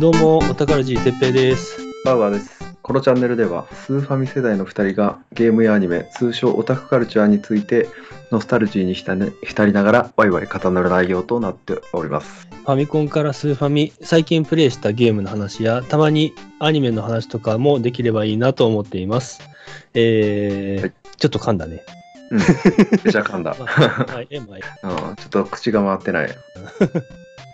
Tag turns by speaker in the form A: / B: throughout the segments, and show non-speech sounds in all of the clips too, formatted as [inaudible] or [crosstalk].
A: どうも、お宝 G 哲平です。
B: バーバーです。このチャンネルではスーファミ世代の2人がゲームやアニメ通称オタクカルチャーについてノスタルジーに浸,、ね、浸りながらワイワイ語る内容となっております。
A: ファミコンからスーファミ、最近プレイしたゲームの話や、たまにアニメの話とかもできればいいなと思っています。えー
B: はい
A: ちょっと噛んだね。
B: うん、めちゃ噛んだ、
A: まあはい、え、まあ、
B: うん。ちょっと口が回って [laughs] ない。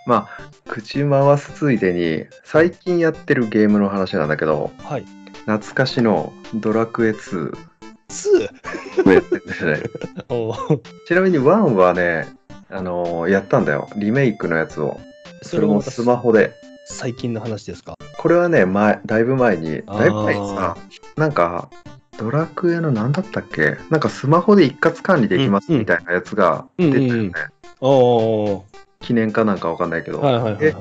B: まあ口回すついでに最近やってるゲームの話なんだけど
A: はい。
B: 懐かしの「ドラクエ2
A: 2! 」
B: をやってるんだよ [laughs] ね
A: おー
B: ちなみに1はね、あのーやったんだよリメイクのやつをそれもスマホで。
A: 最近の話ですか
B: これはね前だいぶ前に
A: あー
B: だいぶ前にさなんかドラクエの何だったっけなんかスマホで一括管理できます
A: うんうん
B: みたいなやつが出てたよね、
A: うんうんおー
B: 記念かなんかわかんないけど、
A: はいはいはい、はい。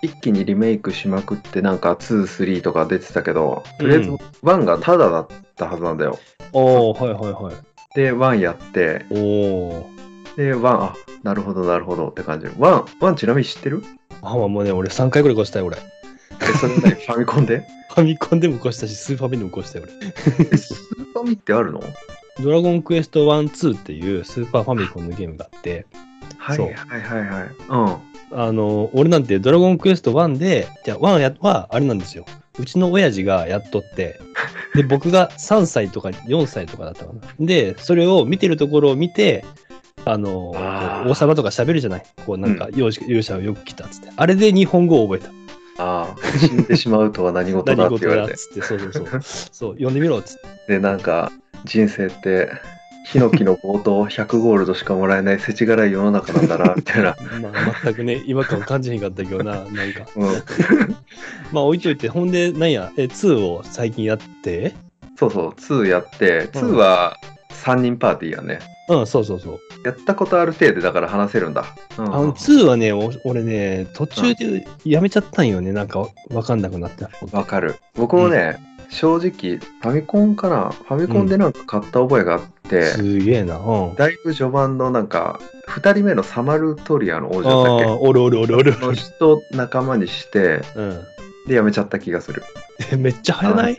B: 一気にリメイクしまくってなんか23とか出てたけどとりあえず
A: うん
B: 1がタダだったはずなんだよ、
A: おーはいはいはい。
B: で1やって
A: おー
B: で1あなるほどなるほどって感じ1 1ちなみに知ってる
A: あ、まあもうね、俺3回ぐらい越したよ、俺。フ
B: えそれ何ファミコ
A: [laughs]
B: ンで
A: ァミコンでも越したし、スーファミでも越したよ、俺。
B: えスーファミってあるの
A: ドラゴンクエスト1、2っていうスーパーファミコンのゲームがあって、
B: はい
A: そう
B: はいはいはいうん
A: あの、俺なんてドラゴンクエスト1で、じゃあ1やはあれなんですよ。うちの親父がやっとって、
B: [laughs]
A: で、僕が3歳とか4歳とかだったかな。で、それを見てるところを見て、あの、
B: あー
A: こう王様とか喋るじゃない。こうなんか、勇者勇者をよく来たっつって。あれで日本語を覚えた。
B: ああ、死んでしまうとは何事だ
A: 何
B: って
A: 事
B: 言わ
A: だっ
B: れて。
A: つって、そうそう
B: [laughs]
A: そう。そう、読んでみろっつって。
B: で、なんか、人生って、ヒノキの冒頭100ゴー [laughs] ルドしかもらえない世知辛い世の中なんだな、
A: [laughs]
B: みたいな。
A: まあ、全くね、違和感を感じへんかったけどな、なんか。
B: うん。
A: まあ、置いといて、ほんで、なんや、え、2を最近やって、
B: そうそう、2やって、2は3人パーティーやね。
A: うん、そうそうそう。
B: やったことある程度だから話せるんだ。うん、
A: あの2はね、お俺ね、途中でやめちゃったんよね、なんかわかんなくなって。
B: わかる。僕もね、正直、ファミコンかなファミコンでなんか買った覚えがあって、
A: すげえな。うん、あ
B: だいぶ序盤のなんか、2人目のサマルトリアの王
A: あ
B: 女だった
A: ー、
B: っ
A: おるおるおるおる
B: け。。その人を仲間にして、
A: うん、
B: で、やめちゃった気がする。
A: えめっちゃ早ない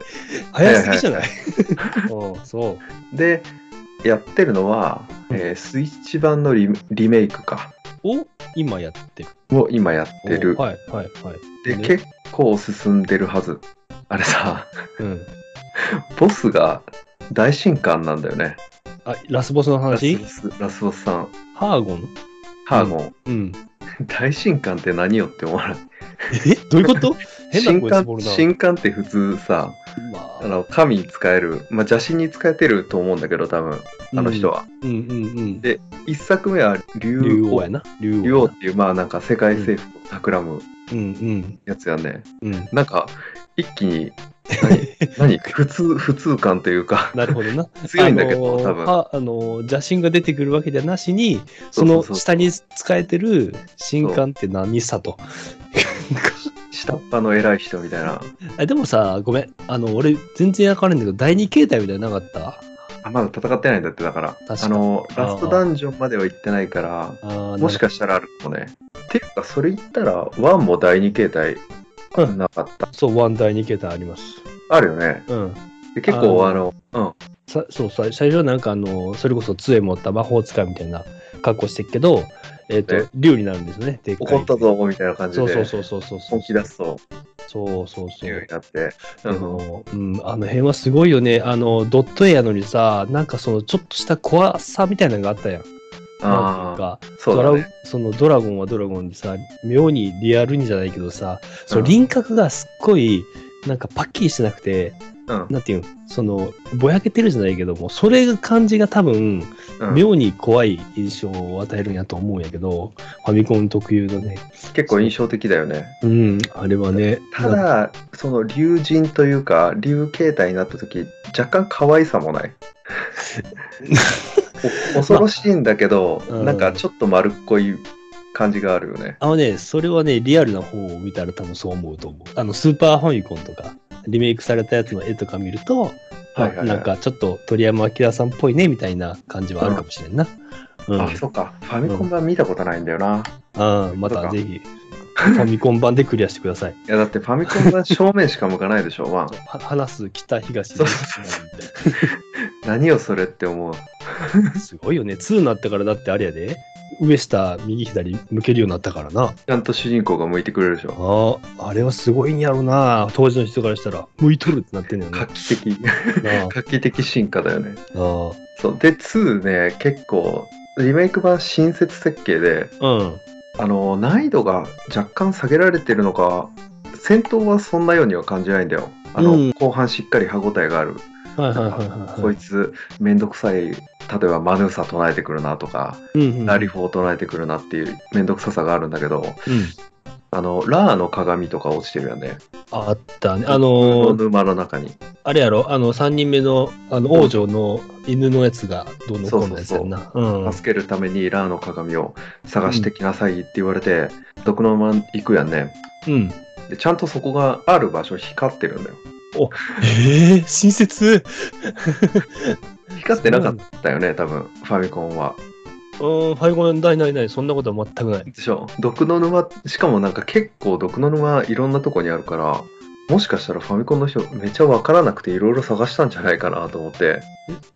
A: 早すぎじゃない [laughs] うん、そう。
B: でやってるのは、
A: うん
B: えースイッチ版のリリメイクか
A: を今やってる。
B: を今やってる、
A: おはいはいはい。
B: で
A: ね
B: 結構進んでるはずあれ
A: [laughs]
B: さ
A: うん。
B: ボスが大神官なんだよね
A: あ、ラスボスの
B: ラス
A: 話
B: ボスラスボスさん
A: ハーゴン
B: ハーゴン、
A: う
B: [laughs]
A: ん。
B: 大神官って何よって思わない
A: え、どういうこと変な
B: 神
A: 声
B: 官
A: すぼるな。
B: 神官って普通さ
A: ま
B: あの神に使える、まあ、邪神に使えてると思うんだけど多分あの人。は、
A: うんうんうんうん。
B: で一作目は竜王
A: 竜王やな。竜王。
B: 竜王っていうまあなんか世界征服を企む
A: うん
B: やつやね、
A: うんうん。
B: なんか、一気に、
A: [laughs]
B: 何何普通、普通感というか、
A: なるほどな。
B: 強いんだけど、
A: あのー
B: 多分。
A: ああのー邪神が出てくるわけじゃなしに、
B: そ
A: そう
B: そ
A: の
B: うそう
A: 下に使えてる神官って何さと。
B: 下っ端の偉い人みたいな。
A: あでもさ、ごめん。あの、俺、全然わかるんだけど、第二形態みたいなのなかった
B: あ、まだ戦ってないんだって、だから。
A: 確か
B: あの、
A: あー
B: ラストダンジョンまでは行ってないから、
A: あー
B: もしかしたらあるかもね。ていうか、それ言ったら、ワンも第二形態
A: うん
B: なかった。
A: そう、ワン第二形態あります。
B: あるよね。
A: うん。
B: で結構、
A: あ
B: あの、うん。
A: さそうさ、最初はなんかあの、それこそ杖持った魔法使いみたいな格好してるけど、えっ、と
B: え、
A: 竜になるんですよね。でっかい
B: 怒ったぞ、みたいな感じ
A: そうそう
B: で、
A: そうそうそうそう。
B: 本気出すと、
A: そうそうそ
B: いうう。になって。
A: あ
B: うん
A: の、うん、あの辺はすごいよね。あの、ドット絵やのにさ、なんかその、ちょっとした怖さみたいなのがあったやん。なんてい
B: ああ、
A: うか
B: そう
A: ド
B: だ
A: ラ
B: ね。
A: そのドラゴンはドラゴンでさ、妙にリアルにじゃないけどさ、その
B: うん
A: 輪郭がすっごい、なんかパッキリしてなくて、
B: うん
A: なんていうん、その、ぼやけてるじゃないけども、それが感じが多分、
B: うん
A: 妙に怖い印象を与えるんやと思うんやけど、ファミコン特有のね。
B: 結構印象的だよね。
A: うん、あれはね。
B: た
A: なんか、
B: だその竜神というか竜形態になった時若干可愛さ
A: [laughs]
B: もないお恐ろしいんだけど、
A: まあうん
B: なんかちょっと丸っこい感じがあるよね
A: あのね、それはね、リアルな方を見たら多分そう思うと思う。あの、スーパーファミコンとか、リメイクされたやつの絵とか見ると、
B: はいはいはい
A: なんかちょっと鳥山明さんっぽいね、みたいな感じはあるかもしれんな。うん。
B: あそっかファミコン版見たことないんだよな、
A: ああま
B: そう
A: た
B: か
A: ぜひ、ファミコン版でクリアしてください。
B: いやだってファミコンが正面しか向かないでしょ、ワン。
A: は話す北東
B: そうそう何をそれって思う。
A: すごいよね。2になったからだってあれやで。上下右左向けるようになったからな。
B: ちゃんと主人公が向いてくれるでしょ。
A: ああ、あれはすごいんやろな。当時の人からしたら、向いとるってなってんのよね。
B: 画期的、
A: なあ
B: 画期的進化だよね。
A: あ
B: そう。で、2ね、結構、リメイク版新設設計で、
A: あうん。
B: あの、難易度が若干下げられてるのか、戦闘はそんなようには感じないんだよ。あの、
A: うん
B: 後半しっかり歯応えがある。
A: はいはいはい
B: あこ
A: はい
B: つめんどくさい例えばマヌーサ唱えてくるなとか、
A: い。うんうん
B: ラリフォー唱えてくるなっていうめんどくささがあるんだけど
A: うん
B: あのラーの鏡とか落ちてるよね
A: あったね。あの
B: この
A: ー
B: 沼の中に
A: あれやろ、あの、3人目の、あの、王女の犬のやつが、どうのこうのやつやんな。うん。
B: 助けるためにラーの鏡を探してきなさいって言われて、毒のまま行くやんね
A: うん。
B: でちゃんとそこがある場所光ってるんだよ
A: ええ親切
B: 光ってなかったよね多分ファミコンは
A: うん、ファイゴンないないない、そんなことは全くない。
B: でしょ毒の沼しかもなんか結構毒の沼いろんなとこにあるからもしかしたらファミコンの人めっちゃ分からなくていろいろ探したんじゃないかなと思って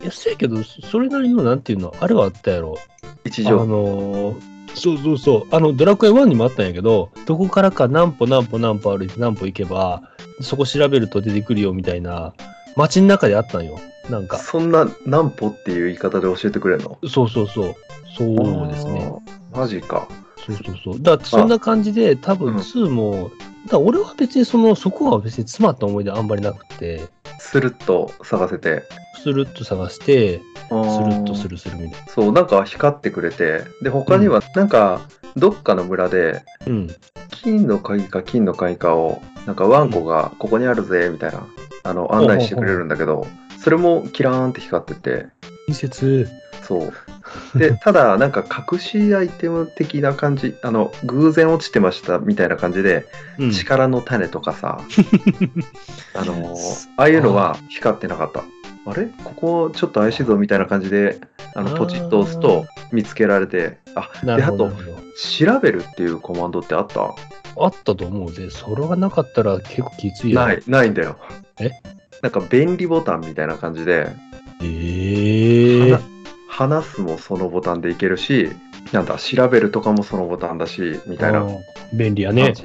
A: いや、せやけど、それなりの、なんていうの、あれはあったやろ。
B: 一
A: あ
B: 条
A: のーそうそうそう、あの、ドラクエ1にもあったんやけど、どこからか何歩何歩何歩歩いて何歩行けば、そこ調べると出てくるよみたいな、街の中であったんよ。なんか、
B: そんな何歩っていう言い方で教えてくれるの
A: そうそうそう。そうですね。
B: あーマジか
A: そうそうそう。だからそんな感じで、多分
B: うん
A: 2も、だから俺は別にその、そこは別に詰まった思い出あんまりなくて、
B: スルッと探せて
A: スルッと探して、
B: ス
A: スルッとするするみたい
B: そうなんか光ってくれてで他にはなんかどっかの村で
A: な。うん。
B: 金の鍵か金の鍵かをなんかワンコがここにあるぜみたいなあの案内してくれるんだけどそれもキラーンって光ってて
A: 近接。
B: そう
A: [laughs]
B: でただなんか隠しアイテム的な感じあの偶然落ちてましたみたいな感じで、
A: うん。
B: 力の種とかさあのああいうのは光ってなかったあれここちょっと怪しいぞみたいな感じであ
A: あ
B: の
A: ー
B: ポチッと押すと見つけられてあ
A: [laughs] な
B: で
A: る
B: あ
A: ほど
B: と
A: なるほ
B: 調べるっていうコマンドってあった
A: ど。あったと思うぜ。それがなかったら結構きついよ。
B: ない。、ないんだよ。
A: え
B: なんか便利ボタンみたいな感じで、
A: ええ
B: はな話すもそのボタンでいけるし、なんだ、調べるとかもそのボタンだし、みたいな
A: あー便利や
B: 感
A: ね。
B: じ。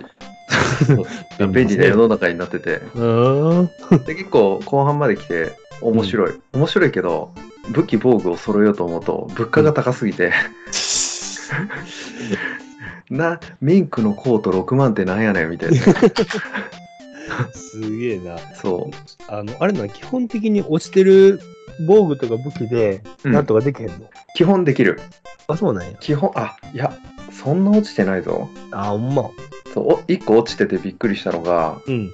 B: そう便利な世の中になってて。
A: うー [laughs] ん。
B: で、結構後半まで来て、面白い。面白いけど、武器防具を揃えようと思うと、物価が高すぎて、 [laughs] な、ミンクのコート6万ってなんやねんみたいな。
A: すげえな。
B: そ
A: あの、あれな、基本的に落ちてる防具とか武器で、
B: う。
A: なんとかできへんの、
B: 基本できる。
A: あ、そうなんや。
B: 基本、あ、いや、そんな落ちてないぞ。
A: あ、ほんま。
B: そう、1個落ちててびっくりしたのが、
A: うん。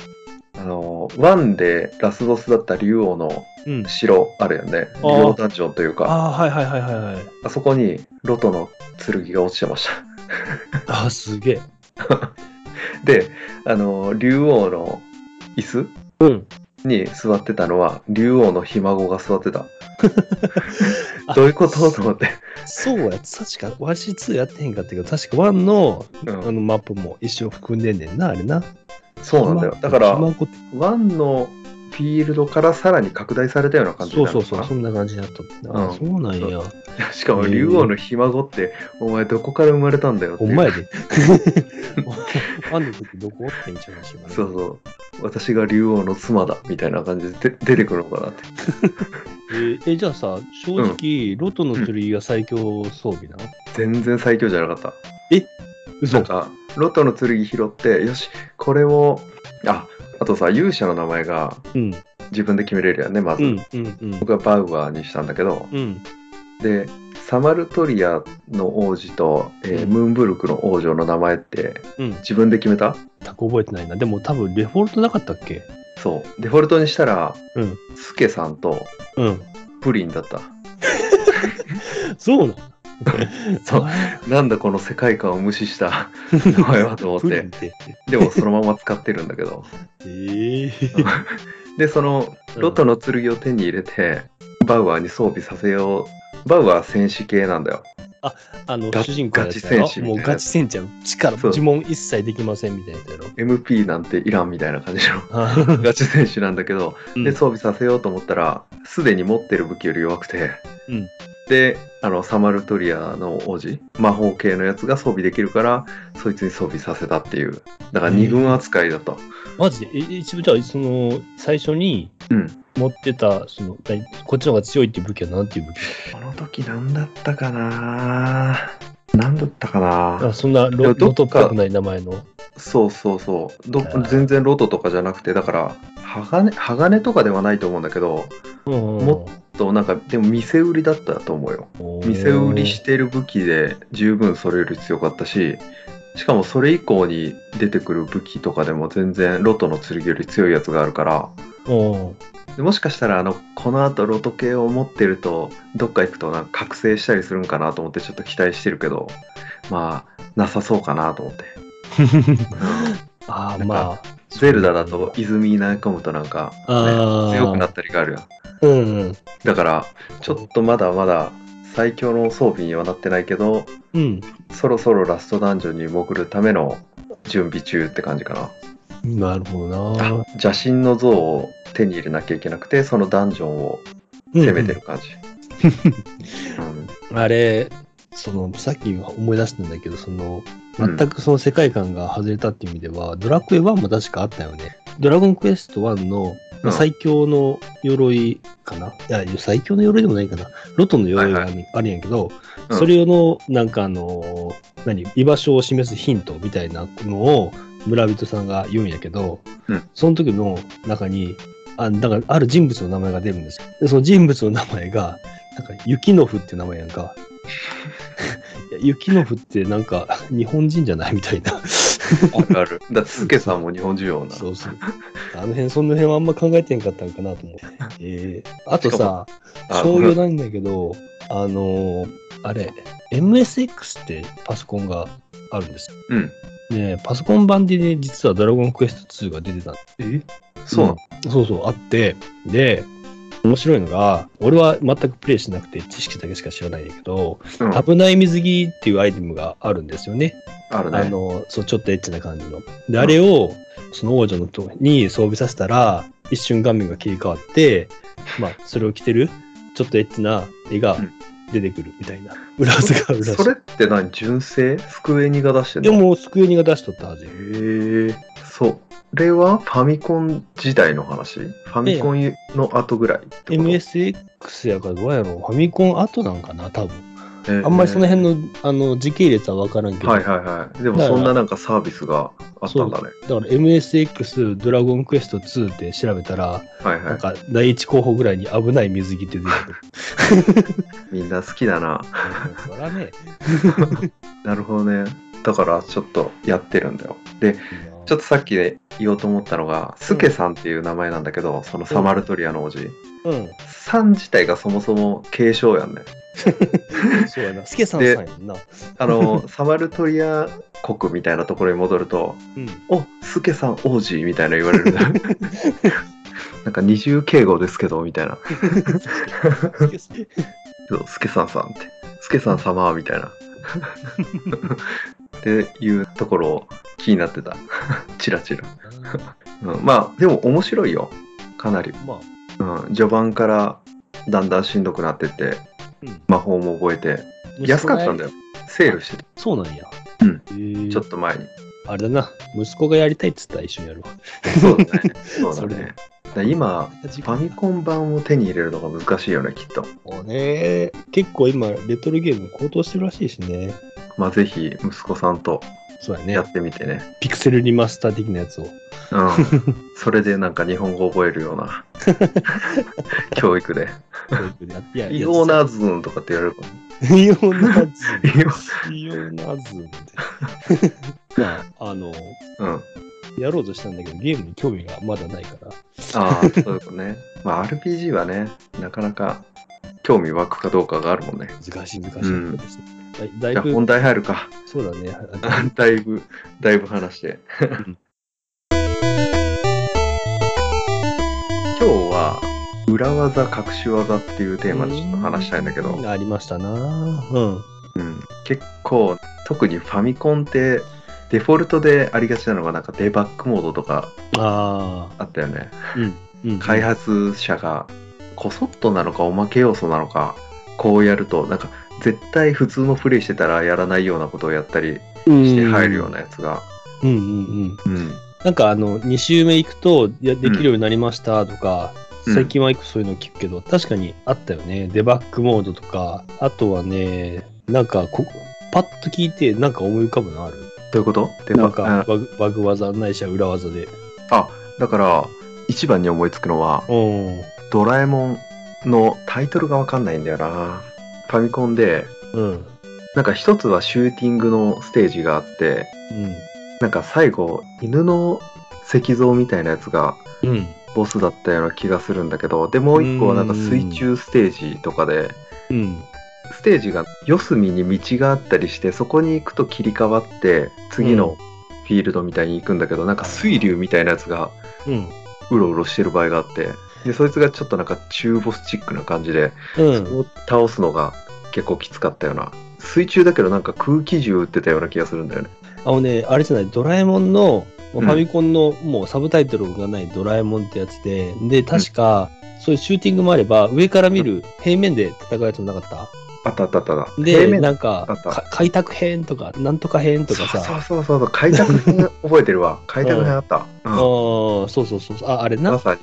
B: あの、ワンでラスボスだった竜王の
A: うん。
B: 城あるよね。竜
A: あー
B: 王ダンジョンというか、
A: ああ、はいはいはいはいはい。
B: あそこにロトの剣が落ちてまし
A: [laughs] あーすげえ。
B: た。 [laughs] で、あの、竜王の椅
A: うん。
B: 子に座ってたのは、竜王のひ孫が座っ
A: [laughs]
B: てた
A: あ。
B: どういうことと思って。
A: そうや、確か、わし2やってへんかったけど、確か1の
B: うん
A: あのマップも一生含んでんねんな、あれな。
B: そうなんだよ。だから、
A: まこ
B: ワンのフィールドからさらに拡大されたような感じ
A: そ
B: に
A: う
B: なる
A: そ
B: の
A: う
B: か
A: そう、
B: な
A: そんな感じだったってな。
B: う
A: あ
B: ん
A: そうなんや。
B: しかも竜王のひ孫って、お前どこから生まれたんだよって
A: ほ
B: いうん
A: まや
B: [laughs]
A: で。あんの時どこおってんちゃうし。
B: そうそう。私が竜王の妻だみたいな感じでで出てくるのかなって。
A: えーえじゃあさ、正直、ロトの剣が最強装備なの、
B: 全然最強じゃなかった。
A: 嘘
B: なんか、ロトの剣拾って、よし、これを、あ、あとさ、勇者の名前が
A: うん。
B: 自分で決めれるやんね、まず。
A: うん。うん。うん。
B: 僕はバウアーにしたんだけど、
A: うん。
B: で、サマルトリアの王子と、えー
A: うん
B: ムーンブルクの王女の名前って
A: うん。
B: 自分で決めた
A: 全く覚えてないな。でも多分、デフォルトなかったっけ
B: そう。デフォルトにしたら、
A: うん
B: スケさんと
A: うん。
B: プリンだった。
A: そうなの
B: [laughs] そう
A: [laughs] あー
B: なんだこの世界観を無視した [laughs] 名前はと思っ
A: プリ
B: て
A: ン。て。
B: でもそのまま使ってるんだけ
A: [laughs]
B: ど。
A: ええ
B: で、そのロトの剣を手に入れて、バウアーに装備させよう。バウアー戦士系なんだよ。
A: あの
B: ガ
A: 主人公やったや
B: ガ
A: ろ
B: チ戦士み
A: も
B: たいうな
A: ガチ戦士やろ力
B: そう
A: 呪文一切できませんみたいなやつやろ
B: MP なんていらんみたいな感じの [laughs]
A: あ
B: ガチ選手なんだけど、
A: うん
B: で装備させようと思ったらすでに持ってる武器より弱くて、
A: うん
B: であのサマルトリアの王子魔法系のやつが装備できるからそいつに装備させたっていうだから二軍扱いだと、
A: [laughs] マジでえ一部じゃあその最初に
B: うん
A: 持ってたその何こっちの方が強いっていう武器は何ていう武器
B: この時何だったかな何だったか
A: あ
B: な
A: そんない
B: や
A: ロロ
B: どっか
A: トっぽくない名前の
B: そうそうそうど
A: えー
B: 全然ロトとかじゃなくてだから鋼鋼とかではないと思うんだけど
A: うん
B: もとなんかでも店売りだったと思うよ店売りしてる武器で十分それより強かったししかもそれ以降に出てくる武器とかでも全然ロトの剣より強いやつがあるから
A: おー
B: でもしかしたらあのこの後ロト系を持ってるとどっか行くとなんか覚醒したりするんかなと思ってちょっと期待してるけどまあなさそうかなと思って、
A: あ
B: な
A: あ
B: んか
A: まあ
B: ゼルダだと泉に投げ込むとなんか、
A: あー
B: ね、強くなったりがあるやん
A: うんうん
B: だからちょっとまだまだ最強の装備にはなってないけど
A: うん
B: そろそろラストダンジョンに潜るための準備中って感じかな。
A: なるほどな
B: あ邪神の像を手に入れなきゃいけなくて、そのダンジョンを攻めてる感じ。うん
A: あれ、その、さっき思い出したんだけど、その、全くその世界観が外れたっていう意味では、ドラクエ1も確かあったよね。ドラゴンクエスト1の、
B: うん
A: [laughs] 最強の鎧かな、いや、最強の鎧でもないかな。ロトの鎧がある,、あるんやけど、
B: うん
A: それの、なんかあの、何、居場所を示すヒントみたいなのを村人さんが言うんやけど、
B: うん
A: その時の中に、あだからある人物の名前が出るんですよ。で、その人物の名前が、なんか、雪の符っていう名前やんか。
B: [laughs]
A: いや雪の符ってなんか、日本人じゃないみたいな。
B: あるある。だスケさんも日本人ような。
A: そうそう。あの辺、その辺はあんま考えてんかったんかなと思って。えーあと
B: しか
A: さ、
B: あ
A: 商用なんだけど、あのーあれ、MSX ってパソコンがあるんですよ。
B: うん。
A: ねパソコン版でね、実はドラゴンクエスト2が出てたんです
B: えそうなの、
A: うんそうそう、あって、で、面白いのが、俺は全くプレイしなくて知識だけしか知らないんだけど、
B: うん
A: 危ない水着っていうアイテムがあるんですよね。
B: ある
A: あ
B: ね。
A: の、そう、ちょっとエッチな感じの。で、あれを、その王女のとに装備させたら、一瞬画面が切り替わって、まあ、それを着てる、ちょっとエッチな絵が
B: うん
A: 出てくるみたいな。裏技があるらしい
B: それって何純正机にが出してん
A: で
B: の
A: も、スクエニが出しとったはず
B: へえ。そう。これはファミコン時代の話ファミコンの後ぐらいってこと、
A: MSX やからどうやろうファミコン後なんかな多分。
B: えー
A: あんまりその辺のあの時系列は分からんけど、
B: はいはいはい。でもそんななんかサービスがあったんだね。
A: だから MSX ドラゴンクエスト2って調べたら、
B: はいは
A: なん
B: い。
A: か第一候補ぐらいに危ない水着って出てく
B: [laughs]
A: る。
B: みんな好きだな。
A: そらね。
B: なるほどね。だからちょっとやってるんだよ。で、ちょっとさっきで言おうと思ったのが、スケさんっていう名前なんだけど、そのサマルトリアの王子。
A: と、うん。
B: さん自体がそもそも継承やんね。
A: そうやな。スケさんさんやんな。
B: あ
A: [laughs]
B: の、サマルトリア国みたいなところに戻ると、
A: うん。
B: おスケさん王子みたいな言わ
A: [laughs]
B: れるんだよ。なんか二重敬語ですけど、みたいな。そうスケさんさんって、スケさん様
A: [laughs]
B: みたいな。っていうところを気になってた。チラチラ。うん、まあ、でも面白いよ。かなり。
A: [laughs] まあ、
B: うん、序盤からだんだんしんどくなってって、
A: うん
B: 魔法も覚えて、安かったんだ
A: よ。
B: よ。セールしてた。
A: そうなんや。
B: うん
A: えー
B: ちょっと
A: [laughs]
B: 前に。
A: あれだな。息子がやりたいっつったら一緒にやるわ。
B: そうだね。そうだ
A: それ
B: ね。だから今、
A: フ
B: ファミコン版を手に入れるのが難しいよね、きっと。
A: もうね、結構今、レトロゲーム高騰してるらしいしね。
B: まあ、ぜひ、息子さんと
A: そうやね
B: や。ってみてね。
A: ピクセルリマスター的なやつを。
B: うん。それでなんか日本語覚えるような、教育で。
A: [laughs] いや
B: イオーナーズーンとかって言われるかも。
A: [laughs] イオナズ
B: イオ
A: イオナズって。 [laughs] まあ、あの、
B: うん。
A: やろうとしたんだけど、ゲームに興味がまだないから。
B: ああ、そういうことね。まあ、RPG はね、なかなか興味湧くかどうかがあるもんね。
A: 難しい難しい
B: うん
A: ですね。だい
B: じ
A: だ
B: ゃ
A: い
B: あ
A: ぶ
B: 本題入るか。 [laughs]
A: そうだね。
B: だいぶ、だいぶ話して。
A: ん
B: 今日は、裏技、隠し技っていうテーマでちょっと話したいんだけど、
A: ありましたな。うん。
B: うん結構特にファミコンってデフォルトでありがちなのがなんかデバッグモードとか
A: あ
B: あったよね
A: あ、うん。うん、
B: 開発者がこそっとなのかおまけ要素なのかこうやるとなんか絶対普通のプレイしてたらやらないようなことをやったりして入るようなやつが、
A: うんうんうん。
B: うん、
A: なんかあの、2周目行くと、いや、できるようになりましたとか、
B: うん
A: 最近はよくそういうの聞くけど、確かにあったよね。デバッグモードとか、あとはね、なんかこ、パッと聞いて、なんか思い浮かぶのある
B: どういうことで
A: なん
B: ま
A: か
B: あ
A: バグ、バグ技ないしは裏技で。
B: だから一番に思いつくのは
A: うん。
B: 「ドラえもん」のタイトルがわかんないんだよなファミコンで
A: うん。
B: なんか一つはシューティングのステージがあって
A: うん。
B: なんか最後犬の石像みたいなやつが
A: うん。
B: ボスだったような気がするんだけどでもう一個はなんか水中ステージとかで
A: うん。
B: ステージが四隅に道があったりしてそこに行くと切り替わって次のフィールドみたいに行くんだけど、なんか水流みたいなやつが
A: うん。
B: うろうろしてる場合があってでそいつがちょっとなんか中ボスチックな感じで、
A: う
B: そ
A: ん
B: こを倒すのが結構きつかったような水中だけどなんか空気銃撃ってたような気がするんだよね
A: あのね、あれじゃない、ドラえもんの、フ
B: ん
A: ァミコンのもうサブタイトルがないドラえもんってやつで、で、確か、そういうシューティングもあれば、上から見る平面で戦うやつもなかった。
B: あったあったあったあった平
A: で、
B: 面
A: なんか
B: あった
A: か開拓編とか、なんとか編とかさ、
B: そうそうそうそう開拓編覚えてるわ開拓編あった、う
A: あ
B: ん
A: ーそうそうそうそう、あ、あれ
B: ま
A: な。
B: さに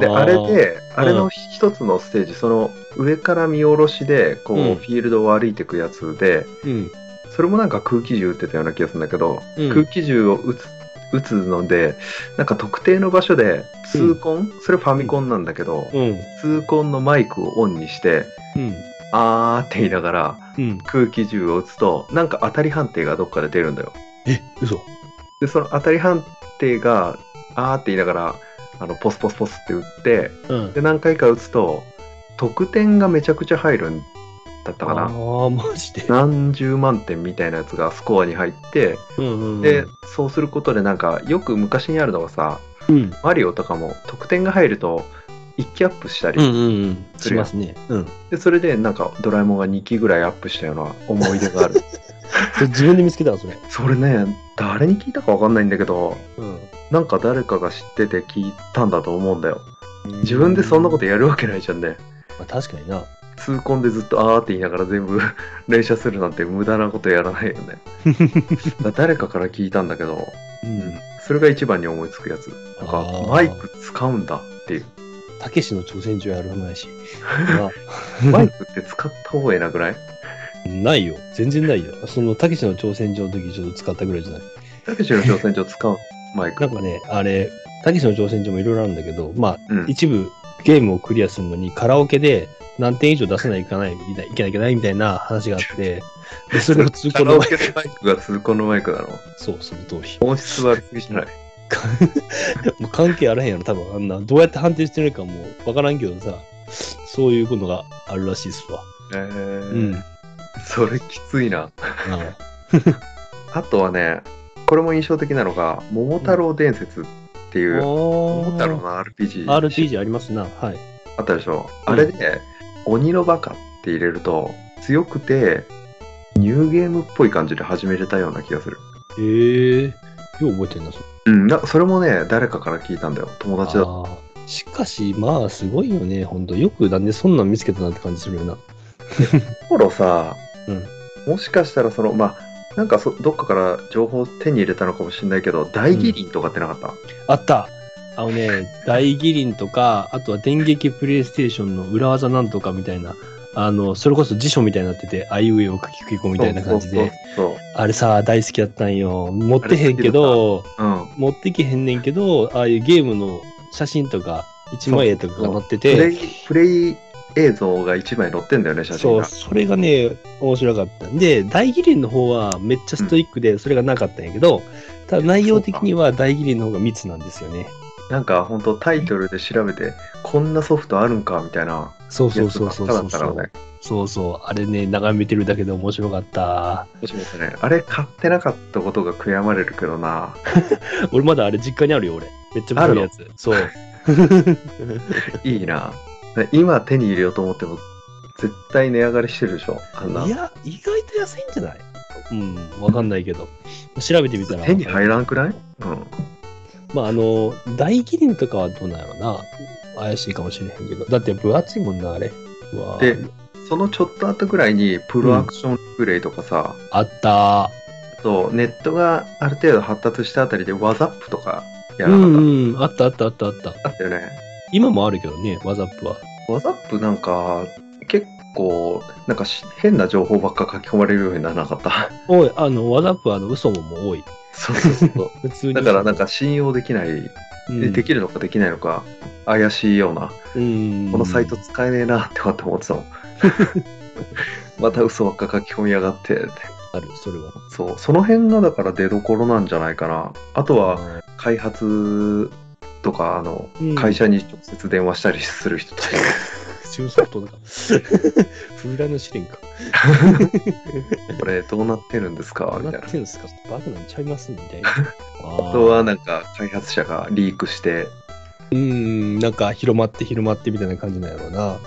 B: で
A: ー
B: あれ、で
A: うん
B: あれの一つのステージ、その上から見下ろしでこう、
A: うん
B: フィールドを歩いていくやつで
A: うん、
B: それもなんか空気銃撃ってたような気がするんだけど、
A: うん
B: 空気銃を撃つ撃つのでなんか特定の場所で痛恨、それファミコンなんだけど、
A: うん、
B: 痛恨のマイクをオンにして
A: うん、
B: あーって言いながら
A: うん。
B: 空気銃を撃つとなんか当たり判定がどっかで出るんだよ
A: え、嘘。
B: でその当たり判定があーって言いながらあのポスポスポスって撃って
A: うん。
B: で何回か打つと得点がめちゃくちゃ入るんだったか
A: あ
B: な
A: あ、マジで。
B: 何十万点みたいなやつがスコアに入って、
A: うん、うん。
B: で、そうすることでなんかよく昔にあるのがさ
A: うん、
B: マリオとかも得点が入ると1機アップしたり、
A: うん、うんうん。しますね。
B: [laughs]
A: うん。
B: でそれでなんかドラえもんが2機ぐらいアップしたような思い
A: [laughs]
B: 出がある
A: それ自分で見つけたわ、それ。
B: それね誰に聞いたかわかんないんだけど
A: うん。
B: なんか誰かが知ってて聞いたんだと思うんだよ自分でそんなことやるわけないじゃんね
A: まあ、確かにな。
B: 痛恨でずっとあーって言いながら全部 [laughs] 連射するなんて無駄なことやらないよ
A: [laughs]
B: ねだ誰かから聞いたんだけど、
A: うん。
B: それが一番に思いつくやつなん
A: あ
B: か
A: ー
B: マイク使うんだっていう
A: たけしの挑戦状やるま [laughs] いし。
B: マイクって使った方がえなくない
A: ないよ。全然ないよ。その、たけしの挑戦状の時ちょっと使ったぐらいじゃない。
B: たけしの挑戦状使うマイ
A: な
B: ク
A: んかね、あれ、たけしの挑戦状もいろいろあるんだけど、まあ、
B: うん
A: 一部ゲームをクリアするのにカラオケで何点以上出さないといけない、みたいいけないいけないみたいな話があって、でそれを通行
B: カラ
A: の
B: オ
A: 前、
B: ケのマイクが通行のマイクなの
A: そう、その通り。
B: 音質悪すぎじゃない
A: もう関係あらへんやろ、多分あんな。どうやって判定してるのかもわからんけどさ、そういうことがあるらしいっすわ。 [laughs]
B: えー
A: うん。
B: それきついな
A: あ
B: あとはねこれも印象的なのが「桃太郎伝説」っていう、桃太郎
A: ー
B: の RPG
A: RPG ありますな。はい。
B: あったでしょ、
A: うん
B: あれで「鬼のバカ」って入れると強くてニューゲームっぽい感じで始めれたような気がする
A: えー、よう覚えてんな、それ
B: うんなそれもね誰かから聞いたんだよ友達だ
A: あーしかし、まあ、すごいよね、ほんと。よくなんでそんなん見つけたなって感じするよな。
B: 頃さ、
A: うん
B: もしかしたらそのまあなんかそどっかから情報を手に入れたのかもしれないけど大義林とかってなかった、
A: あったあのね、大義林とか、あとは電撃プレイステーションの裏技なんとかみたいな、あの、それこそ辞書みたいになってて、あいうえを書き込みみたいな感じで、
B: そうそう
A: あれさ、大好きだったんよ。持ってへんけど、
B: そううん
A: 持ってけへんねんけど、ああいうゲームの写真とか、一枚絵とかが載ってて、
B: プレイプレイ映像が1枚載ってんだよね写真
A: そう、
B: が
A: それがね、面白かった。で、大義林の方はめっちゃストイックで、それがなかったんやけど、ただ内容的には大義林の方が密なんですよね。
B: なんか本当タイトルで調べてこんなソフトあるんかみたいな
A: そうそ
B: や
A: う
B: つ
A: そ
B: ば
A: う
B: っ
A: そ
B: か
A: う
B: だ
A: そ
B: っ
A: う
B: た
A: そ
B: から
A: う
B: ね。
A: そうそう。あれね、眺めてるだけで面白かった。
B: もしもしね、あれ買ってなかったことが悔やまれるけどな。 [laughs]
A: 俺まだあれ実家にあるよ、俺。めっちゃ
B: あ
A: 面白
B: る
A: い
B: の
A: やつ。そう。
B: いいな。今手に入れようと思っても、絶対値上がりしてるでしょあん [laughs] ない
A: や、意外と安いんじゃないうん、わかんないけど。調べてみたら。
B: 手に入らんくらいうん
A: まあ、あの、大キリンとかはどうなんやろな。怪しいかもしれへんけど。だって分厚いもんな、あれ。うわ
B: でそのちょっと後ぐらいにプロアクションリプレイとかさ、
A: あった
B: あとネットがある程度発達したあたりでワザップとかや
A: う
B: らなかった、
A: んうん、あったあったあったあった。
B: あったよね
A: 今もあるけどね、ワザップは。
B: ワザップなんか結構なんかし変な情報ばっか書き込まれるようにならなかった
A: おい、あの、ワザップはあの嘘ももう多い。
B: そうそうそう
A: [laughs] 普通に。
B: [laughs] だからなんか信用できない、で
A: うん、
B: できるのかできないのか怪しいような
A: うん、
B: このサイト使えねえなってかって思ってたもん [laughs] また嘘ばっか書き込みやがってって
A: ある、それは。
B: そうその辺がだから出どころなんじゃないかなあとは開発とかあの
A: うん
B: 会社に直接電話したりす
A: [laughs]
B: る人たち、
A: 中ソフトだから。 [laughs] フラの試練か。
B: これどうなってるんですか
A: どう
B: み
A: な
B: た
A: いっ
B: な
A: てんすかバカなんちゃいますみたい
B: [laughs]
A: な。あ
B: あ
A: ー
B: とはなんか開発者がリークして
A: うん、なんか広まって広まってみたいな感じなんやろうな。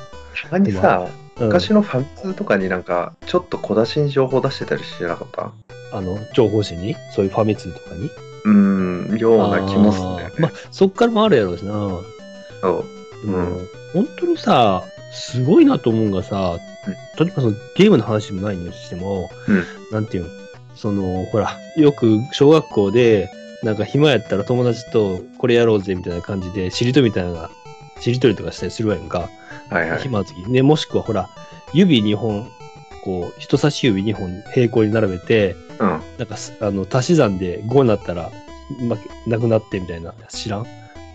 B: たまにさ
A: うん
B: 昔のファミ通とかになんかちょっと小出しに情報出してたりしてなかった
A: あの、情報誌に、そういうファミ通とかに。
B: うーんような気もするんだよ
A: あ
B: ね
A: ーまあ、そっからもあるやろうしな。
B: そう
A: でも
B: うん
A: 本当にさ、すごいなと思うんがさ、例えばそのゲームの話もないにしても、
B: うん
A: なんていうの、その、ほら、よく小学校で、なんか暇やったら友達とこれやろうぜみたいな感じで、しりとりみたいなのが、しりとりとかしたりするやんか。
B: はいはい
A: 暇の時ね、もしくはほら、指2本、こう、人差し指2本平行に並べて、
B: うん
A: なんかす、あの、足し算で5になったら、ま、なくなってみたいな、知らん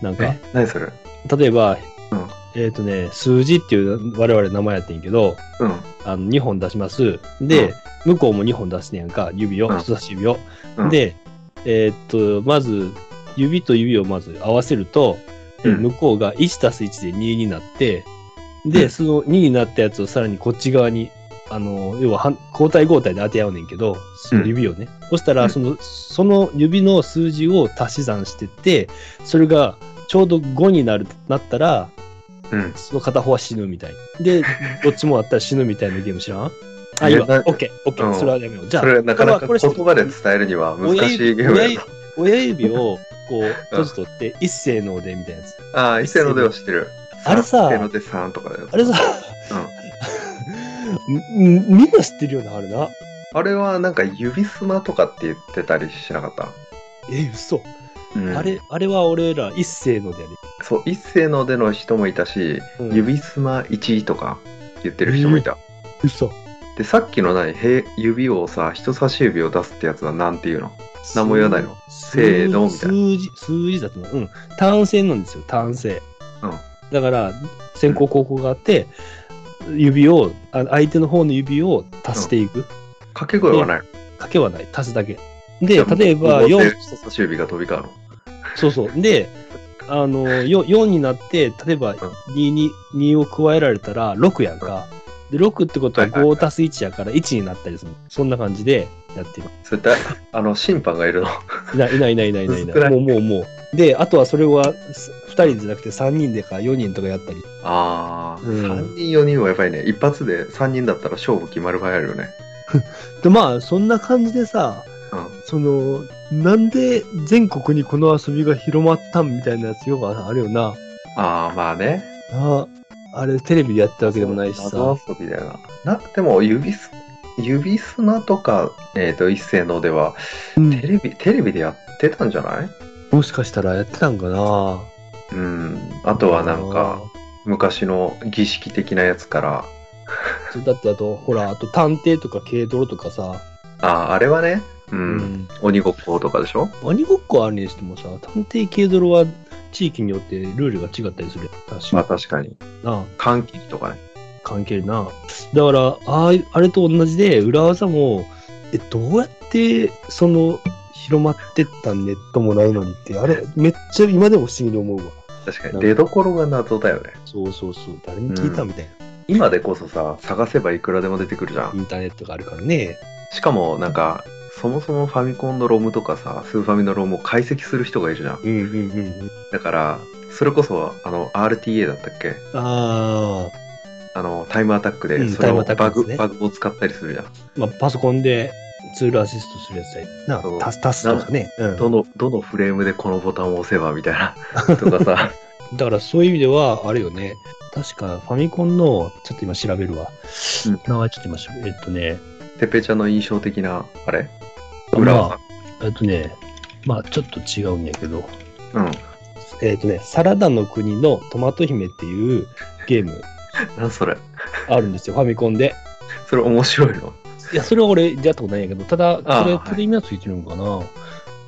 A: なんか
B: え、何それ
A: 例えば、
B: うん
A: えっ、とね、数字っていう我々名前やってんけど、
B: うん
A: あの2本出します。で、向こうも2本出すねやんか、指を、
B: うん
A: 人差し指を。
B: うん
A: で、えっ、と、まず、指と指をまず合わせると、え
B: うん
A: 向こうが1たす1で2になって、
B: う
A: で、
B: ん
A: その2になったやつをさらにこっち側に、あの、要は反交代交代で当て合うねんけど、その指をね。そした
B: う
A: ら、
B: ん
A: その、その指の数字を足し算してって、それがちょうど5になる、なったら、
B: うん
A: その片方は死ぬみたいな。
B: [laughs]
A: で、どっちもあったら死ぬみたいなゲーム知らんあ、
B: いや
A: 今、オ
B: な
A: ッケー、オッケ
B: う
A: ー、
B: ん
A: それはやめよう。じゃあ
B: そ、れなかなか
A: これ
B: 言葉で伝えるには難しいゲーム
A: 親
B: や
A: 指
B: な
A: 親指をこう閉じ取って、一斉のでみたいなやつ。
B: ああ伊勢の出を知ってる
A: あれさ
B: 伊勢の出さんとかだよ
A: あれさ、 [laughs] んみんな知ってるよな、あれな。
B: あれはなんか指すまとかって言ってたりしなかった、
A: え、嘘。
B: うん
A: あれ、あれは俺ら一斉のでや
B: そう一世の出の人もいたし、
A: うん
B: 指すま1とか言ってる人もいた、
A: で。嘘。
B: でさっきの何へ指をさ人差し指を出すってやつはなんていうの何も言わないの
A: 数
B: せーのみたいな
A: 数字、数字だと思う。うん。単線なんですよ、単線。
B: うん
A: だから、先行後攻があって、指を、あ相手の方の指を足していく。
B: 掛け声はない
A: かけはない、足すだけ。
B: じ
A: で、
B: ゃあ
A: 例えば
B: もう
A: 4、
B: 人差し指が飛び交うの
A: そうそう。で、あの、4, 4になって、例えば2に、2を加えられたら6やんか。で、6ってことは
B: はいはいはい
A: 5足す1やから1になったりする。そんな感じでやってる。
B: それだあの審判がいる
A: [laughs]
B: の
A: いないいないいないいないいない
B: 少ない
A: もうもうもう。で、あとはそれは2人じゃなくて3人でか4人とかやったり。
B: ああ、
A: うん
B: 3人4人はやばいね一発で3人だったら勝負決まる場合あるよね
A: で、まあ、そんな感じでさ、
B: うん
A: その、なんで全国にこの遊びが広まったんみたいなやつよくあるよな。
B: ああまあね
A: ああれ、テレビでやったわけでもないしさ
B: 謎。遊びだよな。なくても指す、指砂とか、えっ、と、一斉のでは、
A: うん
B: テレビ、テレビでやってたんじゃない
A: もしかしたらやってたんかな
B: うん。あとはなんか、。昔の儀式的なやつから、
A: あーだってあと、ほら、あと探偵とか軽泥とかさ、
B: ああ、あれはね、うん、
A: うん
B: 鬼ごっことかでしょ
A: 鬼ごっこはあるにしてもさ、探偵軽泥は地域によってルールが違ったりするやん。確
B: まあ
A: か
B: 確かに。
A: にな。
B: 換気とかね。
A: 関係な。だから、あああれと同じで、裏技も、え、どうやって、その、広まってったネットもないのにって、あれ、めっちゃ今でも不思議に思うわ。
B: 確か
A: な
B: に。
A: んか
B: 出どころが謎だよね。
A: そうそうそう、誰に聞いたみたいな。
B: 今でこそさ、探せばいくらでも出てくるじゃ
A: イ
B: ん。
A: ンターネットがあるからね。
B: しかも、なんか、そもそもファミコンのロムとかさ、スーファミのロムを解析する人がいるじゃん。
A: うんうんうんうん。
B: だから、それこそ、あの、RTA だったっけ
A: ああ、
B: あのタイムアタック
A: う
B: で
A: ん
B: それを
A: タイムアタ
B: バ
A: ック
B: グ,、
A: ですね
B: バグを使ったりするじゃん
A: まあ、パソコンでツールアシストするやつだよな
B: そう
A: タスタスとかね、うん、
B: どのどのフレームでこのボタンを押せばみた
A: [laughs]
B: いなとかさ
A: だからそういう意味では、あれよね。確かファミコンの、ちょっと今調べるわ。
B: うん
A: 名前ちょっと今しえっとね、
B: てっぺいちゃんの印象的なあれ
A: あ
B: 裏技、
A: えっとね、まあちょっと違うんやけど、
B: うん
A: えっとね、サラダの国のトマト姫っていうゲーム
B: 何それ
A: あるんですよ、ファミコンで。
B: それ面白いの
A: いや、それは俺やったことないんやけど、ただ、
B: あ
A: それ
B: はい
A: テレビがついてるんかな、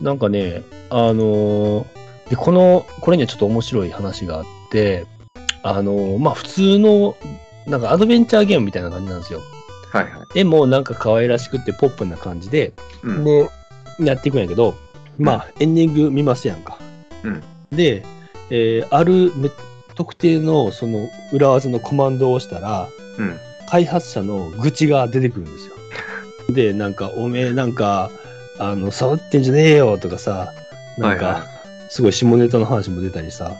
A: なんかね、あのーで、この、これにはちょっと面白い話があって、あのーまあ普通の、なんかアドベンチャーゲームみたいな感じなんですよ。
B: はいはい、
A: でもなんか可愛らしくてポップな感じで、
B: うん
A: で、やっていくんやけど、まあ、エンディング見ますやんか。
B: うん
A: で、えーあるめ特定のその裏技のコマンドを押したら、
B: うん
A: 開発者の愚痴が出てくるんですよ。で、なんか、おめえなんか、あの、触ってんじゃねえよとかさ、なん
B: はいは
A: か、すごい下ネタの話も出たりさ、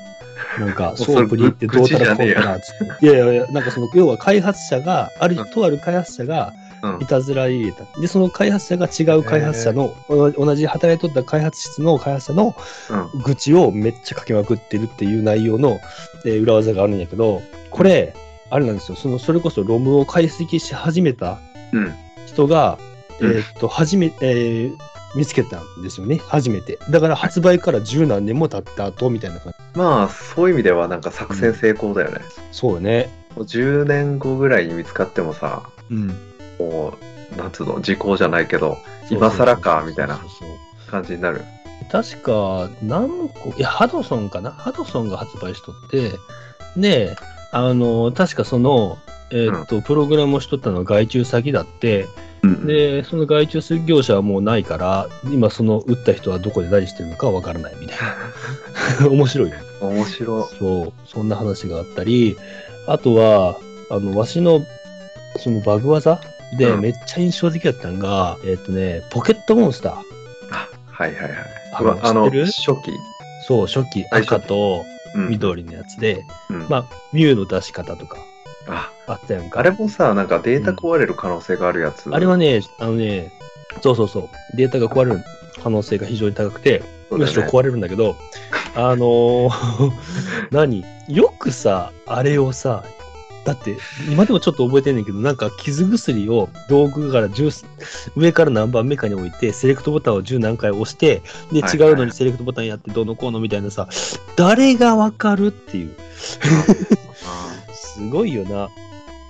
A: なん
B: [laughs]
A: か、ソープリってどうたらこうたらっつって。いやいやいや、なんかその、要は開発者が、ある
B: うん、
A: とある開発者が、
B: うん
A: いたずら入れた。で、その開発者が違う開発者の、同じ同じ働いとった開発室の開発者の
B: うん
A: 愚痴をめっちゃ書きまくってるっていう内容の、えー裏技があるんやけど、これ、あれなんですよ。その、それこそロムを解析し始めた
B: うん
A: 人が、え
B: うん
A: ーっと、初め、えー見つけたんですよね。初めて。だから発売から十何年も経った後みたいな感じ。
B: まあそういう意味ではなんか作戦成功だよね、
A: そうよね。
B: もう10年後ぐらいに見つかってもさ
A: うん。
B: なんつうの時効じゃないけど今更かみたいな
A: そうそうそう
B: 感じになる
A: 確か、何個、いや、ハドソンかなハドソンが発売しとって、で、あの、確かその、えーっと、プログラムをしとったのは外注先だって、
B: うん
A: で、その外注業者はもうないから、今その打った人はどこで何してるのかわからないみたい
B: [laughs]
A: な。面白いよ。
B: 面白
A: そう、そんな話があったり、あとは、あの、わしの、そのバグ技で
B: うん
A: めっちゃ印象的だったのが、えーっとね、ポケットモンスター。
B: あはいはいはい
A: あ
B: う
A: の
B: わあの
A: 知ってる
B: 初期
A: そう、初期
B: はい初期
A: 赤と
B: うん
A: 緑のやつで、
B: うん
A: まあ、ミュウの出し方とか
B: あ
A: あったやんか。
B: あれもさなんかデータ壊れる可能性があるやつ、
A: あれはね、あのね、そうそうそう、データが壊れる可能性が非常に高くて、
B: そう
A: む
B: だよ
A: しろ
B: ね
A: 壊れるんだけど、あのー [laughs] 何よくさ、あれをさ、だって、今でもちょっと覚えてんねんけど、なんか傷薬を道具から10、上から何番目かに置いて、セレクトボタンを10何回押して、で、
B: はい
A: 違うのにセレクトボタンやってどうのこうのみたいなさ、誰がわかるっていう。
B: あ
A: すごいよな。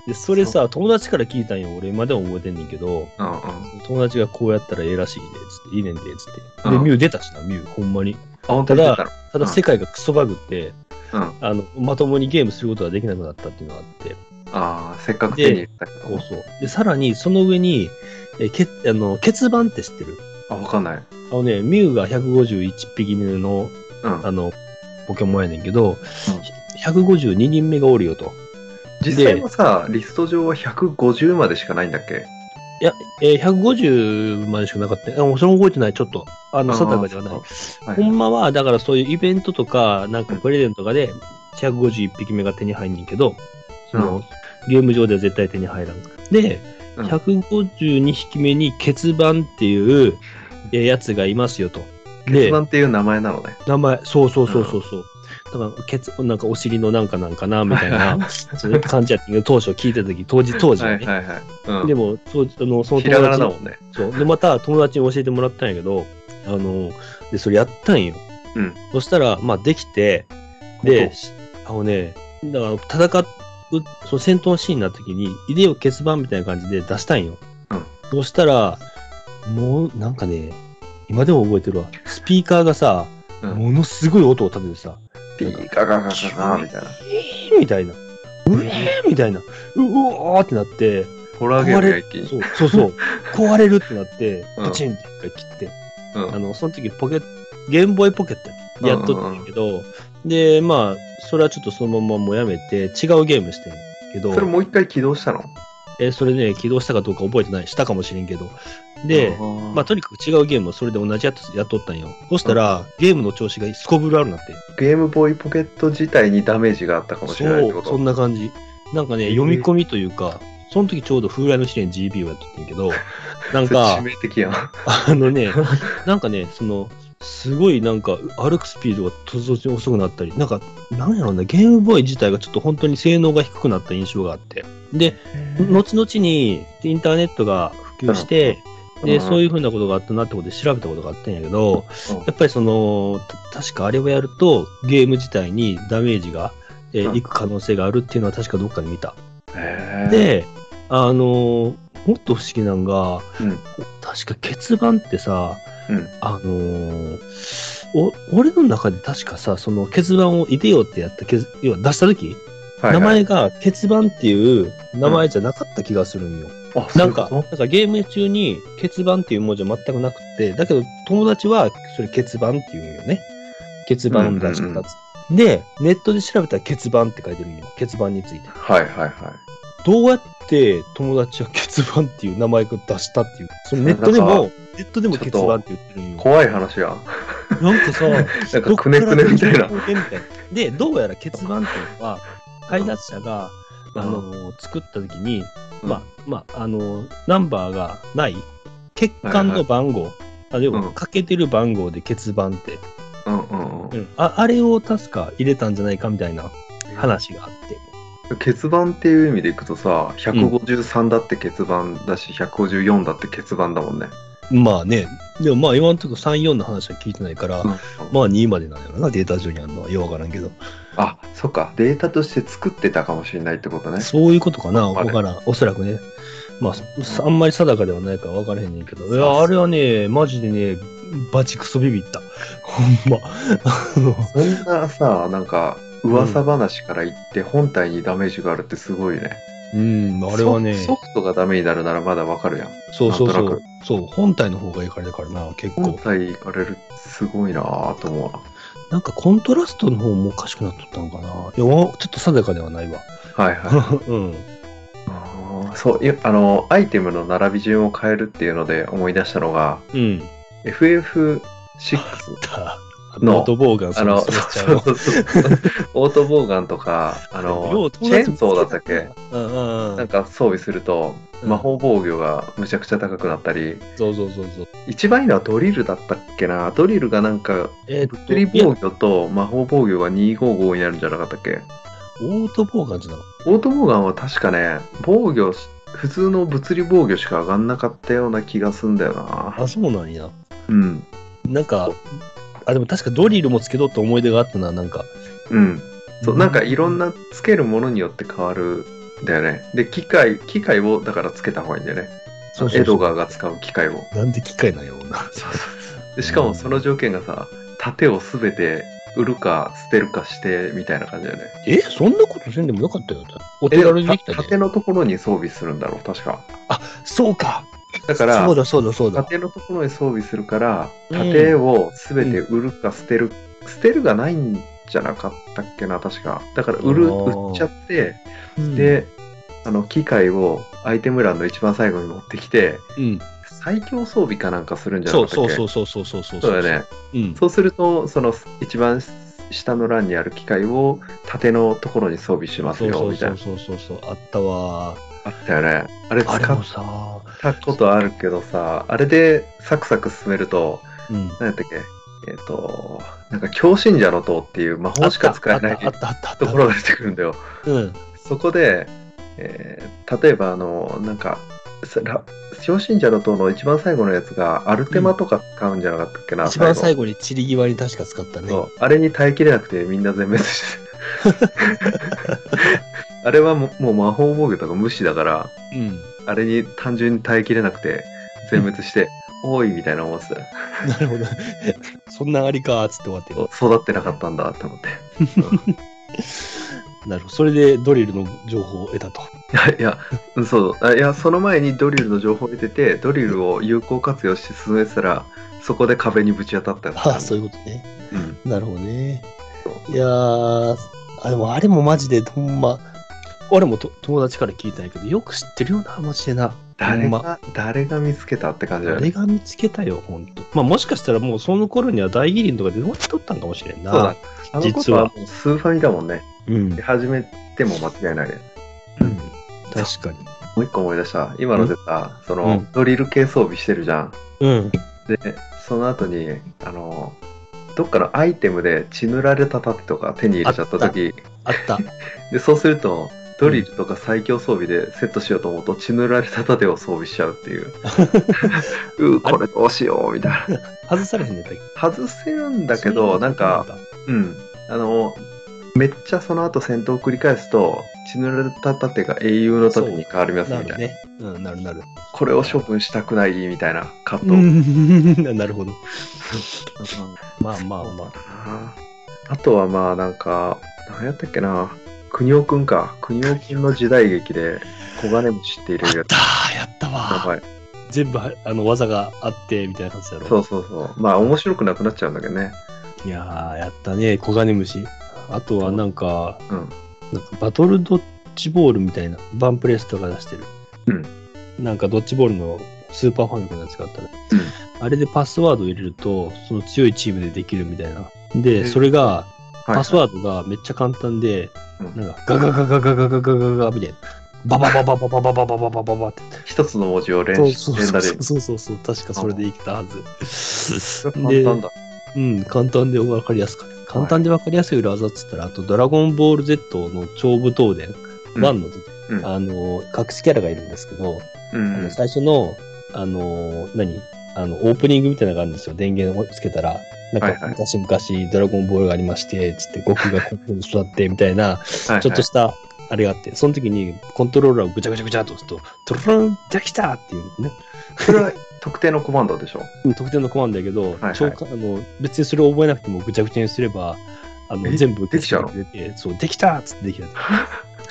A: で、それさ、友達から聞いたんよ。俺今でも覚えてんねんけど、
B: ーうんうんあ
A: 友達がこうやったらええらしいね、つって、いいねんで、つって。で、
B: うん
A: ミュウ出たしな、ミュウ、ほんまに。
B: 本当に出たの
A: ただ
B: うん
A: 世界がクソバグって、
B: うん
A: あの、まともにゲームすることができなくなったっていうのがあって、
B: あーせっかく手に入れたけ
A: そう
B: ど
A: そう。で、さらに、その上に、えけあの欠番って知ってる
B: あわかんない
A: あのね、ミュウが151匹の、
B: うん
A: あの、ポケモンやねんけど、152人目がおるよと。
B: 実際はさリスト上は150までしかないんだっけ
A: いや、えー150までしかなかったよ。あ、もうそれも覚えてない、ちょっと。あの、定かではない。
B: はい
A: ほんまは、だからそういうイベントとか、なんかプレゼントとかで、151匹目が手に入んねんけど、その、
B: うん
A: ゲーム上では絶対手に入らん。で、
B: うん
A: 152匹目に欠番っていうえーやつがいますよと。で
B: 鉄、板っていう名前なのね。
A: 名前、そうそうそうそうそう。だから、ケツ、なんかお尻のなんかなんかな、みたい
B: [laughs] はい
A: な、そういう感じやったけど、当初聞いた時当時、当時は
B: は
A: ね。
B: いはいはい。うん、
A: でも、そうあの、その
B: ひら
A: 友
B: がな
A: 達
B: だ
A: の
B: もんね。
A: そう。で、また友達に教えてもらったんやけど、あの、で、それやったんよ。
B: うん
A: そしたら、まあ、できて、で、あのね、だから戦う、その戦闘シーンになった時に、イデオ欠番みたいな感じで出したんよ。
B: うん
A: そしたら、もう、なんかね、今でも覚えてるわ。スピーカーがさ、
B: うん
A: ものすごい音を立ててさ、
B: ピーカガガガガみたいな。
A: ヒーみたいな、うえーみたいな、うおーってなって、
B: ホラーゲームや一気に。
A: そうそう
B: [laughs]
A: そう、壊れるってなって、
B: うん
A: プチンって一回切って、
B: うん
A: あの、その時ポケット、ゲームボーイポケットやっとったんやけど、で、まあ、それはちょっとそのままもうやめて、違うゲームしてんけど、
B: それもう一回起動したの
A: えーそれね、起動したかどうか覚えてない、したかもしれんけど。で、ま
B: ま
A: あ、とにかく違うゲームをそれで同じやつやっとったんよ。そしたら、ゲームの調子がすこぶるあるなって。
B: ゲームボーイポケット自体にダメージがあったかもし
A: そ
B: れないってこ
A: う、そ
B: と
A: んな感じ。なんかね、読み込みというか、その時ちょうど風来の試練 GB をやってたんやけ
B: [laughs]
A: ど、なんか
B: 致、命的やん。
A: あのね、なんかね、その、すごいなんか歩くスピードが突然遅くなったり、なんか、なんやろうな、ゲームボーイ自体がちょっと本当に性能が低くなった印象があって。で、後々にインターネットが普及して、で、そういうふうなことがあったなってことで調べたことがあったんやけど、やっぱりその、た確かあれをやると、ゲーム自体にダメージが、えー
B: うん
A: いく可能性があるっていうのは確かどっかで見た。
B: へー、
A: で、あのーもっと不思議なんが、
B: うん
A: 確か結番ってさ、
B: うん
A: あのーお俺の中で確かさ、その結番を入れようってやった、けず要は出した時、
B: はいはい
A: 名前が結番っていう名前じゃなかった気がするんよ。
B: あ
A: なんか、
B: そ
A: ないん
B: ううこ
A: かゲーム中に結番っていう文字は全くなくて、だけど友達はそれ結番っていうんよね。結番を出してたっつで、ネットで調べたら結番って書いてるんよ。結番について。
B: とはいはいは
A: どうやって友達は結番っていう名前を出したっていう。そのネットで
B: なん
A: も
B: か、
A: ネットでも結番って言ってるん
B: い。
A: よ。
B: 怖い話や。
A: なんかさ、
B: なんかくねくねみたいな
A: どっ。から情報源みたいなで、どうやら結番っていうのは、開発者が、あの、作った時に、
B: うん
A: まあ、まあ、あの、ナンバーがない、欠陥の番号、あ要
B: う
A: は
B: ん
A: 欠けてる番号で欠番って、
B: うんうんう。
A: うんあ、あれを確か入れたんじゃないかみたいなん話があって。
B: 欠番っていう意味でいくとさ153だって欠番だし、154だって欠番だもんね、
A: まあね、でもまあ今のところ3、4の話は聞いてないから、まあ2までなんやろな、データ上にあるのは。ようわからんけど。
B: あそっかデータとして作ってたかもしれないってことね
A: そういうことかな、
B: まあ
A: わ
B: ね
A: からん。おそらくね。まあそ、あんまり定かではないから分からへんねんけど。い
B: そうそ
A: や、
B: う
A: あれはね、マジでね、バチクソビビった。 [laughs] ほんま。 [laughs] あの、
B: そんなさなんか噂話から言って本体にダメージがあるってすごいね、
A: うん、あれはね、
B: ソソフトがダメになるならまだわかるやん
A: そうそう
B: なん
A: そ
B: とな
A: う
B: く。
A: そう、本体の方がいかれたからな、結
B: 本
A: 構。
B: 体いかれるってすごいなぁと思うわ
A: なんかコントラストの方もおかしくなっとったのかな。いや、わちょっと定かではないわ。 [laughs]
B: はいはい
A: うん。
B: あーそういやあのアイテムの並び順を変えるっていうので思い出したのが
A: うん。 [laughs]
B: FF6
A: た、
B: の
A: ノートボーガン
B: あ
A: そ
B: の、
A: の
B: そう
A: ちゃう
B: そうそうそう。
A: [laughs]
B: オートボーガンとか、あ
A: よ
B: の
A: う、
B: チ
A: 友達
B: ェー
A: 見
B: ン
A: つけ
B: ソーだ
A: た
B: ったっけ
A: うんうんう
B: なん
A: ん。
B: か装備すると、
A: うん
B: 魔法防御がむちゃくちゃ高くなったり、
A: そうそうそうそう。
B: 一番いいのはドリルだったっけな。ドリルがなんか、
A: えーっと、
B: 物理防御と魔法防御が255になるんじゃなかったっけ
A: オートボーガンじゃなかっ
B: オートボーガンは確かね、防御し、普通の物理防御しか上がんなかったような気がすんだよ
A: た。
B: な
A: あ、。そうなんや。
B: うん。
A: なんか、あ、でも確かドリルもつけとった思い出があったな、なんか。
B: うん。そうなんかいろん。なつけるものによって変わるんだよね。で機械機械をだからつけた方がいいんだよね。
A: そうそうそう
B: エドガーが使う機械を。
A: なんで機械なんやろうな。
B: そうそうでしかもその条件がさ盾を全て売るか捨てるかしてみたいな感じだよね。
A: え、そんなことせんでもよかったよ。お
B: え
A: 手軽にでき
B: た
A: た
B: 盾
A: ね。
B: のところに装備するんだろう確か。
A: そうか。
B: だから
A: そうだそうだそうだ。
B: 盾のところに装備するから
A: うん
B: 盾を全て売るか捨てる、捨てるがないんじゃなかったっけな確か。だから売る
A: あー
B: 売っちゃって。
A: うん、
B: で、あの機械をアイテム欄の一番最後に持ってきて
A: うん。
B: 最強装備かなんかするんじゃな
A: そ
B: かっ
A: う
B: た
A: そ
B: っ
A: う
B: け
A: そうそうそうそうそう。
B: そうだよね。
A: うん。
B: そうするとその一番下の欄にある機械を縦のところに装備します
A: そう
B: よ
A: そう
B: みたい
A: そ
B: な
A: うそうそうそう。あったわ。
B: あったよねあれ
A: あれ
B: 使
A: も
B: っ
A: さ、
B: たことあるけどさあれでサクサク進めると
A: うん。
B: 何やったっけえっ、となんか強信者の塔っていう魔法しか使えな
A: あ
B: い
A: ったあったあったあった。
B: ところが出てくるんだよ
A: うん。
B: そこで、えー例えばあのなんかさラ小信者の塔の一番最後のやつがアルテマとか使うんじゃなかったっけな、
A: 一番最後に散り際に確か使ったね。
B: そうあれに耐えきれなくてみんな全
A: [laughs]
B: 滅してあれはもうもう魔法防御とか無視だから
A: うん。 [laughs]
B: あれに単純に耐えきれなくて全滅して「おい」みたいな思ってたよ
A: なるほど。 [laughs] そんなありかーっつって終わってる。
B: お育ってなかったんだって思って
A: [laughs] なるほど。それでドリルの情報を得たと。
B: いやいやうんそうあいやその前にドリルの情報を得ててドリルを有効活用して進めてたらそこで壁にぶち当たったよ
A: ああ、そういうことね。
B: うん
A: なるほどね。いやー、あでもあれもマジでほんま、俺もと友達から聞いたんやけど、よく知ってるよな、マジでな。
B: 誰
A: ほんま
B: が誰が見つけたって感じだよ
A: あれ
B: ね
A: が見つけたよ、ほんと。まあもしかしたらもうその頃には大義林とかで乗ってとったんかもしれんな。
B: そうだあのこ
A: 実
B: と
A: は
B: はもうスーファミだもんね
A: うん。
B: 始めても間違いないね
A: うん確かに。
B: もう一個思い出した。今のでさ、その、
A: うん
B: ドリル系装備してるじゃん。
A: うん。
B: で、その後に、あの、どっかのアイテムで血塗られた盾とか手に入れちゃった時
A: あった。
B: で、そうすると、ドリルとか最強装備でセットしようと思うと血塗られた盾を装備しちゃうっ
A: [laughs]
B: ていう。うーこれどうしようみたいな。
A: 外されへんねんだけ
B: 外せるんだけど、なんか、、うん。あの、めっちゃその後戦闘を繰り返すと、血塗られた盾が英雄の盾に変わります
A: な
B: みたい
A: る
B: な。
A: ね。うん、なるなる。
B: これを処分したくないみたいな葛藤。
A: うん、 [laughs] なるほど。まあまあまあ。
B: あーあとはまあなんか、何やったっけな。国尾くんか。国尾くんの時代劇で、小金虫ってい
A: あ
B: るや
A: ったーやった
B: つ。名
A: わー
B: 前。
A: 全部はあの技があってみたいな感じだろ
B: そうそうそう。まあ面白くなくなっちゃうんだけどね。
A: いやーやったねコガネムシあとはなんか
B: うん。
A: なんかバトルドッジボールみたいなバンプレスとか出してる
B: うん
A: なんかドッジボールのスーパーファミコンのやつがあったね、あれでパスワードを入れるとその強いチームでできるみたいな
B: え
A: でそれが
B: はい
A: パスワードがめっちゃ簡単で、
B: うん
A: なんかガガガガガガガガガガみたいなバババババババババババババって
B: 一つの文字
A: [laughs]
B: を連
A: そう
B: 連
A: そう
B: 打で。
A: そうそうそう確かそれでいけたはず。
B: [laughs] 簡単だ。
A: でうん、簡単で分かりやすかった。簡単で分かりやすい裏技っつったら、あと、ドラゴンボール Z の超武闘伝、
B: うん
A: 1の時、
B: うん
A: あの、隠しキャラがいるんですけど、
B: うん
A: あ
B: うん
A: の最初の、あの、何あの、オープニングみたいなのがあるんですよ。電源をつけたら。な
B: はい
A: んか、
B: はい
A: 昔々ドラゴンボールがありまして、つって、悟空がここに座って、みたいな、
B: はい
A: ちょっとした、あれがあって、その時にコントローラーをぐちゃぐちゃぐちゃっと押すと、トロロン、できたっていうね、
B: それは特定のコマンドでしょ。
A: 特定のコマンドだけど、
B: はい
A: 超かあの別にそれを覚えなくてもぐちゃぐちゃにすればあの
B: え
A: 全部
B: できちゃうの
A: 消してくれてそうできたっつってでき
B: [laughs]
A: た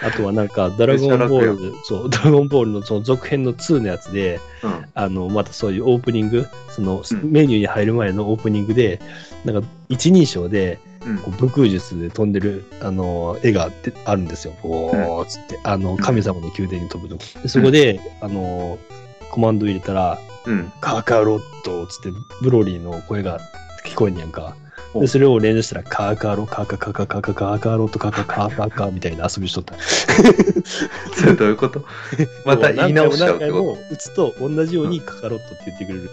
A: あとはなんかドラゴンボールそうドラゴンボールのその続編の2のやつで
B: うん。
A: あのまたそういうオープニングその、
B: うん
A: メニューに入る前のオープニングでなんか一人称で
B: うん
A: こう武空術で飛んでるあの絵があってあるんですよ。おーっつって、あの神様の宮殿に飛ぶとこ。でそこで、あのコマンド入れたら
B: うん。
A: カカロットっつってブロリーの声が聞こえんねやんか。
B: お
A: で、それを連打したら、カカロ、カカカカカカカカロット、カカカカカみたいな遊びしとった。
B: それどういうこと
A: [laughs]
B: また言い直しちゃうって
A: 何
B: こ
A: 回も何回も打つと同じようにカカロットって言ってくれる。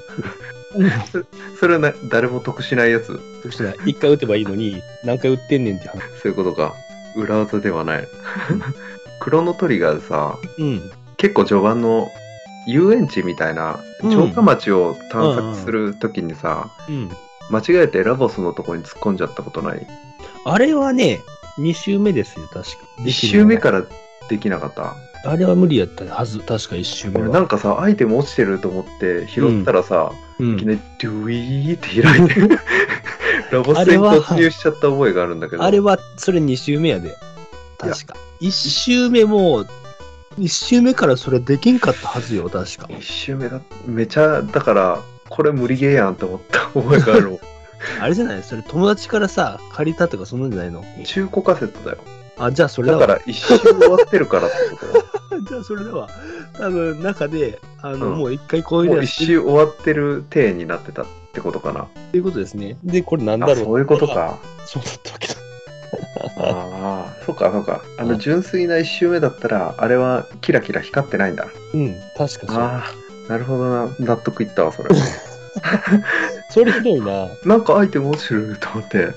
B: とそれはな誰も得しないやつそ
A: そしたら、一回打てばいいのに、何回打ってんねんって話。
B: ういうことか裏技では [laughs] ないクロノトリガーでさ
A: うん。
B: 結構序盤の遊園地みたいな
A: うん
B: 城下町を探索するときにさ、
A: うん。
B: 間違えてラボスのとこに突っ込んじゃったことない
A: あれはね、2周目ですよ、確か。
B: 1周目
A: ら
B: からできなかった
A: あれは無理やったはず、確か1周目
B: 俺
A: は。
B: なんかさアイテム落ちてると思って拾ったらさ、
A: う
B: いき
A: ん
B: なりドゥイーって開いて
A: [laughs]
B: ラボスに突入しちゃった覚えがあるんだけど
A: あれは、それ2周目やで。確か。1周目も、1周目からそれできんかったはずよ、確か。
B: 一周目だめちゃだからこれ無理ゲーやんって思った覚えが
A: [laughs]
B: ある
A: あれじゃないそれ友達からさ、借りたとかそんなんじゃないの
B: 中古カセットだよ
A: あ、じゃあそれだ
B: だ
A: わ。
B: から一周終わってるからって
A: [laughs]
B: こ
A: じゃあそれだわ。多分、中で、あの、
B: うん
A: もう一回こう
B: と
A: いう
B: も
A: の
B: う
A: や
B: 一
A: ってる
B: 周終わってる体になってたってことかな
A: っていうことですね。で、これなんだろ
B: あ
A: う
B: そういうこと。か
A: そうだったわけだ。
B: ああそうかそうかあ
A: う
B: の
A: ん
B: 純粋な一周目だったらあれはキラキラ光ってないんだ
A: うん、確か
B: ああなるほどな納得いっ
A: [laughs]
B: たわそれ
A: そう。それひどいな。
B: なんかアイテム落ちてると思って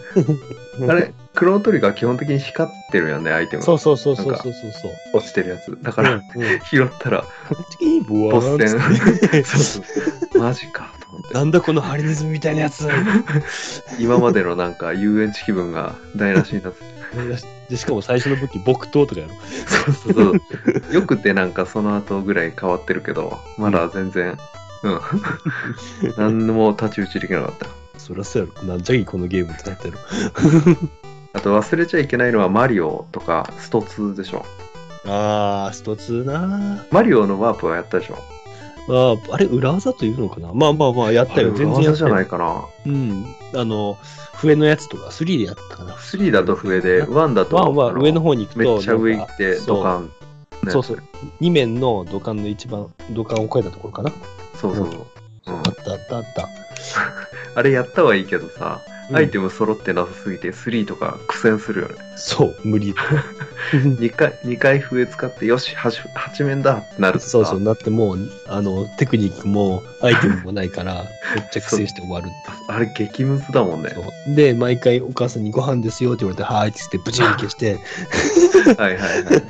B: あれクロノトリガー基本的に光ってるよねアイテム
A: そうそうそうそう
B: なんか
A: そうそうそう。
B: 落ちてるやつだか
A: うん
B: ら、
A: うん。
B: 拾っ
A: [laughs]
B: たら
A: 次にブワーンっつって [laughs]
B: そうそうマジかと思って
A: なんだこのハリネズミみたいなやつ。
B: 今までのなんか遊園地気分が台無しになって
A: でしかも最初の武器、木刀とかやろ。
B: そうそうそうよくてなんかその後ぐらい変わってるけどまだ全然うん
A: [laughs]
B: 何も太刀打ちできなかった
A: [laughs] そりゃそうやろ。なんじゃいこのゲームってなったやろ。
B: あと忘れちゃいけないのはマリオとかスト2でしょ
A: あー、スト2な
B: マリオのワープはやったでしょ
A: あーあれ、裏技というのかなまあまあまあ、やったよ。全然や
B: 技
A: っ
B: じ
A: た
B: ゃ
A: よ
B: ないかな
A: うん。あの、笛のやつとか、3でやったかな。
B: 3だと上で1だと
A: ワンは上の
B: 方
A: 方に行く
B: め
A: と、
B: っちゃ上
A: な
B: 行
A: んか
B: ってドカンね
A: そうそうそう。2面の土管の一番、土管を越えたところかな。
B: そうそう、うん
A: あったあったあった。
B: あれやったはいいけどさ
A: うん
B: アイテム揃ってなさすぎて3とか苦戦するよね
A: そう、無
B: [laughs]
A: 理。
B: 2回二回笛使ってよし 8, 八面だってなるとさ
A: そうそう、なってもう、あの、テクニックもアイテムもないから、めっちゃ苦戦して終わるって
B: あれ激ムズだもんね
A: いうそう。で、毎回お母さんにご飯ですよって言われて、はーいって言って、ブチン消して、 [laughs]
B: はいはいはい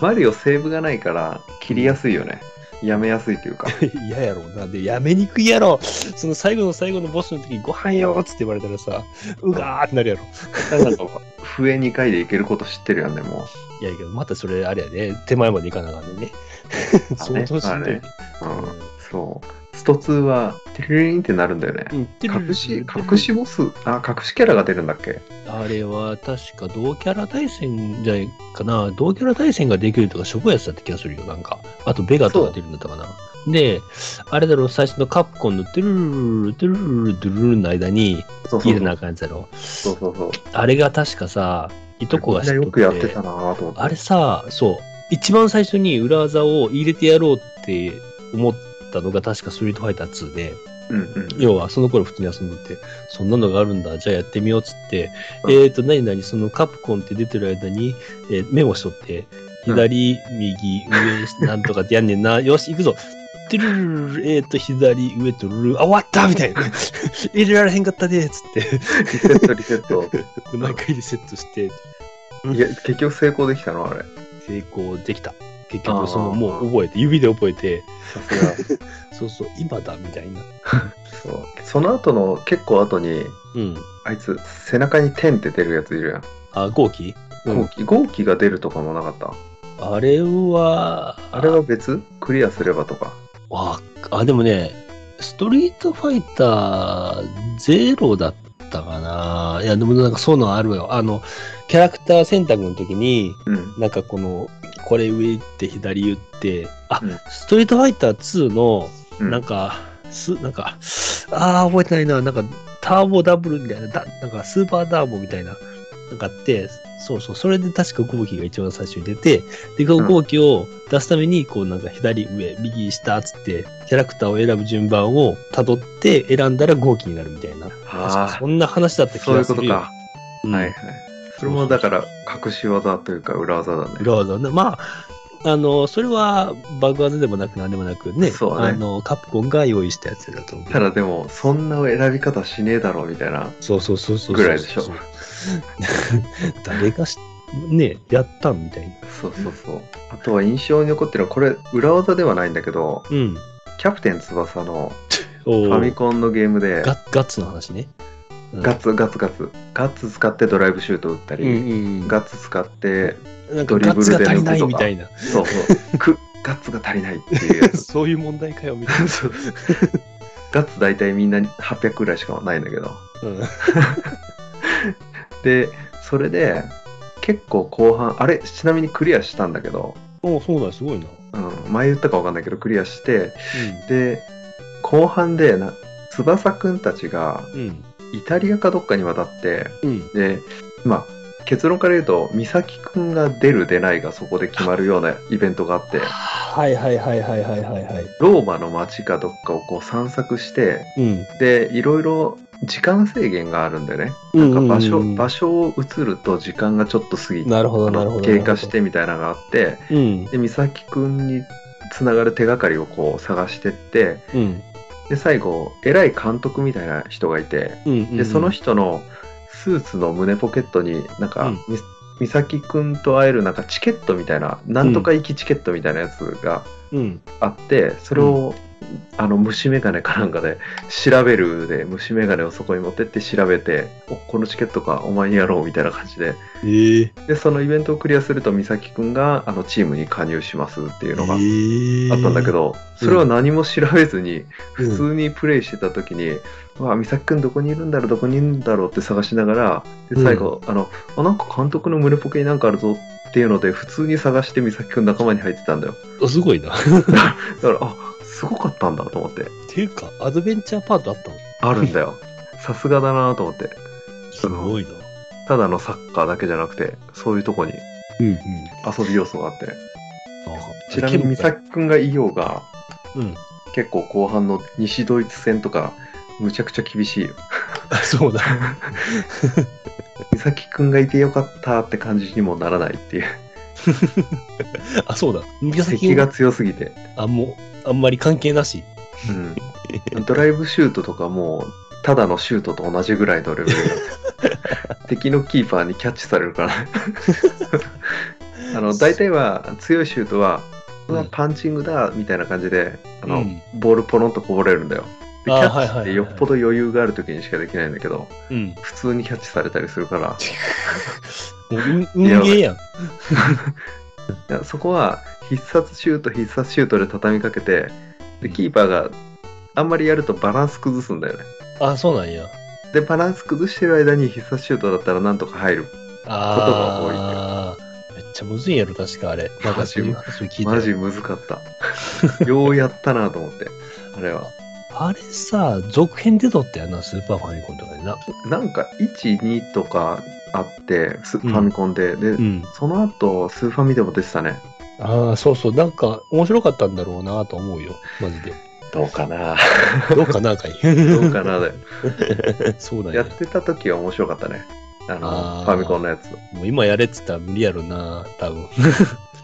B: マリオセーブがないから切りやすいよねやめやすいというか
A: 嫌やろうな。で、やめにくいやろ。その最後の最後のボスの時、ご飯よーっつって言われたらさ、うがーってなるやろ。
B: なんか笛2回でいけること知ってるよねも
A: いやいや、またそれあれやで、手前まで行かなあかんねんね。 [laughs] 相当しんどい。
B: ううんそうスト2はテレレリンってなるんだよね
A: うん
B: 隠し隠しボスあ隠しキャラが出るんだっけ
A: あれは確か同キャラ対戦じゃないかな。同キャラ対戦ができるとか、しょぼいやつだった気がするよ、なんか。あと、ベガとか出るんだったかな。で、あれだろ、最初のカプコンのトゥルルルル、トゥルルルルトゥルルルの間に
B: そうそ
A: 入れ
B: うそ
A: なあ
B: う
A: かんやつやろ。
B: そうそうそう
A: あれが確かさ、いとこが
B: みん
A: っ
B: なよ
A: と
B: くやってたなぁと思って
A: あれさ、そう、一番最初に裏技を入れてやろうって思ったのが確かストリートファイター2で、
B: うんうん
A: 要はその頃普通に遊んでて、そんなのがあるんだ、じゃあやってみようっつって、
B: うん
A: えっ、ー、と、何々、そのカプコンって出てる間に、えーメモしとって、
B: うん
A: 左、右、上、なんとかってやんねんな、よし、行くぞ。てるるるるえっ、ー、と、左、上とるる、あ、終わったみたいな。入れられへんかったで、つって。
B: リセットリセット
A: 毎回リセットして、
B: いや結局成功できたのあれ
A: 成功できた。結局、そ
B: あ
A: の、
B: ー
A: もう覚えて、指で覚えて、
B: さすが
A: そうそう、今だ、みたいな。
B: そうその後の結構後に
A: うん。
B: あいつ背中に点って出るやついるやん
A: あ、ゴーキうん
B: 号機号機が出るとかもなかった
A: あれは、
B: あれは別クリアすればとか
A: わあでもねストリートファイターゼロだったかないやでもなんかそういうのあるわよあのキャラクター選択の時に
B: うん
A: なんかこのこれ上行って左言ってあ、
B: うん
A: ストリートファイター2の
B: うん
A: なんか、すなんかあー覚えてないななんかターボダブルみたいなだなんかスーパーターボみたいななんかあってそうそうそれで確かゴーキが一番最初に出てでこの
B: うん
A: ゴーキを出すためにこうなんか左上右下っつってキャラクターを選ぶ順番をたどって選んだらゴーキになるみたいな確
B: あ
A: かそんな話だった気
B: そうい
A: が
B: う
A: す
B: こと
A: るよ
B: か、
A: うん
B: はいはいそれもだから隠し技というか裏技だね
A: 裏技ね。まあ、あの、それはバグ技でもなく何でもなくね、
B: そうね
A: あのカプコンが用意したやつだと思う。
B: ただでもそんな選び方しねえだろうみたいな
A: そうそうそうそうそう。
B: ぐらいでしょ
A: [laughs] 誰がし、ね、やったんみたいな。
B: そうそうそうあとは印象に残ってるのはこれ裏技ではないんだけど
A: うん。
B: キャプテン翼の
A: おー
B: ファミコンのゲームで
A: ガッガッツの話ね。うん
B: ガッツガツガツガッツ使ってドライブシュート打った
A: うん
B: り、
A: うん。
B: ガッツ使って
A: なんかガッツが足りないみたいな。
B: そう [laughs] そうくガッツが足りないっていうや
A: [laughs]
B: つ
A: そういう問題かよみたいな。
B: [laughs] そうガッツ大体みんな800ぐらいしかないんだけど
A: うん
B: でそれで結構後半あれちなみにクリアしたんだけど、
A: おそうだ、すごいな。
B: うん、前言ったか分かんないけどクリアしてで後半でな翼くんたちが
A: うん。うん。
B: イタリアかどっかに渡って
A: うん。
B: でまあ結論から言うと美咲くんが出る出ないがそこで決まるようなイベントがあって
A: はいはいはいはいはいはいはい。
B: ローマの街かどっかをこう散策して
A: うん。
B: でいろいろ時間制限があるんだよねなんか場所,、
A: うんうんうん
B: 場所を移ると時間がちょっと過ぎて
A: なるほどなるほど。
B: 経過してみたいなのがあって
A: うん。
B: で美咲くんにつながる手がかりをこう探してって
A: うん。
B: で最後偉い監督みたいな人がいて
A: うん。
B: でその人のスーツの胸ポケットになんか、
A: うん
B: み美咲くんと会えるなんかチケットみたいななんとか行きチケットみたいなやつが
A: うん。
B: あってそれを、あの虫眼鏡かなんかで調べるで虫眼鏡をそこに持ってって調べておこのチケットかお前にやろうみたいな感じで
A: ええ
B: でそのイベントをクリアすると美咲くんがあのチームに加入しますっていうのがあったんだけど、それは何も調べずに
A: うん
B: 普通にプレイしてた時に「うわ美咲くんどこにいるんだろうどこにいるんだろう」って探しながらで最後、あのあなんか監督の胸ポケになんかあるぞっていうので普通に探して美咲くん仲間に入ってたんだよ
A: あすごいな。っ
B: だからあすごかったんだと思って
A: ていうか、アドベンチャーパートあったの
B: あるんだよさすがだなと思って
A: すごいな。
B: ただのサッカーだけじゃなくてそういうとこに
A: うんうん。
B: 遊び要素があって
A: あ
B: ちなみに美咲くんがいようが
A: うん。
B: 結構後半の西ドイツ戦とかむちゃくちゃ厳しいよ
A: そうだ。
B: 美咲くんがいてよかったって感じにもならないっていう
A: あ、そうだ。宮崎
B: 敵が強すぎて、
A: あ、もう、あんまり関係なし。
B: うん、ドライブシュートとかもうただのシュートと同じぐらいのレベル敵のキーパーにキャッチされるからあの大体は強いシュートは、うわ
A: うん
B: パンチングだみたいな感じであの、
A: うん
B: ボールポロンとこぼれるんだよでキ
A: あ
B: ャ
A: ーはいはいはい
B: ッチってよっぽど余裕がある時にしかできないんだけど
A: うん。
B: 普通にキャッチされたりするから
A: もう、運運ゲーやん。
B: いやそこは必殺シュート必殺シュートで畳みかけてでキーパーがあんまりやるとバランス崩すんだよね
A: あ、そうなんや。
B: でバランス崩してる間に必殺シュートだったらなんとか入る
A: ああ。めっちゃむずいやろ、確かあれ。なんかそういう話を聞いたよ
B: マジむずかったようやった [laughs] なと思ってあれは
A: あれさ、続編で撮ったよな、スーパーファミコンとかでな。
B: なんか12とかあってスフ
A: ん
B: ァミコンで、で、
A: うん。
B: その後スーファミでも出てたね
A: ああ、そうそう。なんか、面白かったんだろうなと思うよ。マジで。
B: どうかな
A: どうかな、かい。 [laughs]
B: どうか [laughs] なで
A: そうだ
B: や
A: よ
B: っ。てた時は面白かったねあの
A: あー
B: ファミコンのやつ
A: もう今やれっつったら無理やろな、多分。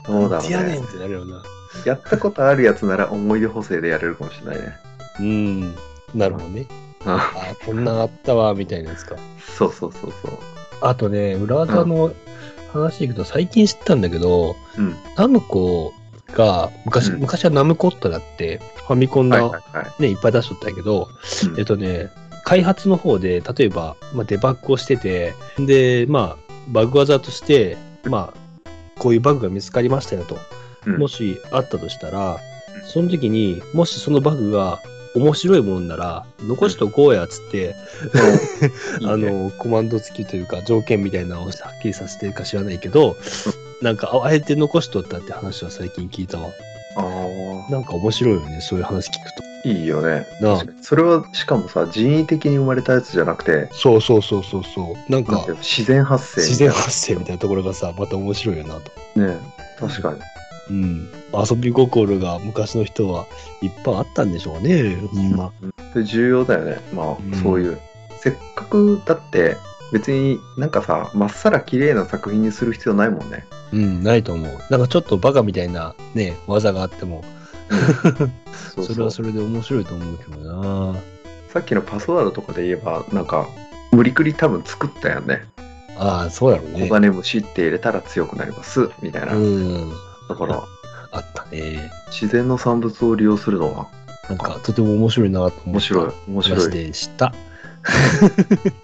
B: そうだろう
A: やね
B: ね
A: んってなるよな。
B: やったことあるやつなら思い出補正でやれるかもしれないね
A: うん。なるほどね。
B: うん
A: ああ、こんなんあったわ、みたいなやつか。
B: [laughs] そうそうそうそう
A: あとね、裏技の話でいくと、最近知ったんだけど、
B: うん
A: ナムコが、昔、
B: うん
A: 昔はナムコットだって、ファミコン
B: は
A: が、
B: い
A: ね
B: はいはい
A: いっぱい出しとったんやけど、
B: うん
A: えっとね、開発の方で、例えば、まあ、デバッグをしてて、で、まあ、バグ技として、まあ、こういうバグが見つかりましたよと、
B: うん
A: もしあったとしたら
B: う、ん
A: その時に、もしそのバグが面白いものなら、残しとこうやっつって、あ
B: いいね
A: の、コマンド付きというか、条件みたいなのをはっきりさせてるか知らないけど、なんか、ああえて残しとったって話は最近聞いたわ。
B: あ
A: なんか面白いよね、そういう話聞くと。
B: あいいよね
A: なあ
B: 確かにそれはしかもさ人為的に生まれたやつじゃなくて
A: そうそうそうそうそう。なん
B: なん
A: か
B: ていう、の自然発生
A: 自
B: みたい
A: 然
B: な
A: 発生みたいなところがさ、また面白いよなと。
B: ね確かに
A: うん。遊び心が昔の人はいっぱいあったんでしょうね、ほんま。
B: それ重要だよねまあ、
A: うん
B: そういうせっかくだって別になんかさまっさら綺麗な作品にする必要ないもんね
A: うん、ないと思う。なんかちょっとバカみたいなね、技があっても、そ
B: そ
A: う
B: そう
A: れはそれで面白いと思うけどな。
B: さっきのパスワードとかで言えばなんか無理くり多分作ったよね
A: ああ、そうやろう
B: 黄
A: ね。
B: 金虫って入れたら強くなりますみたいな、
A: うん。
B: だから
A: あったね。
B: 自然の産物を利用するのは
A: なんかとても面白いなと思った
B: 面白い面白
A: 話
B: い
A: でした。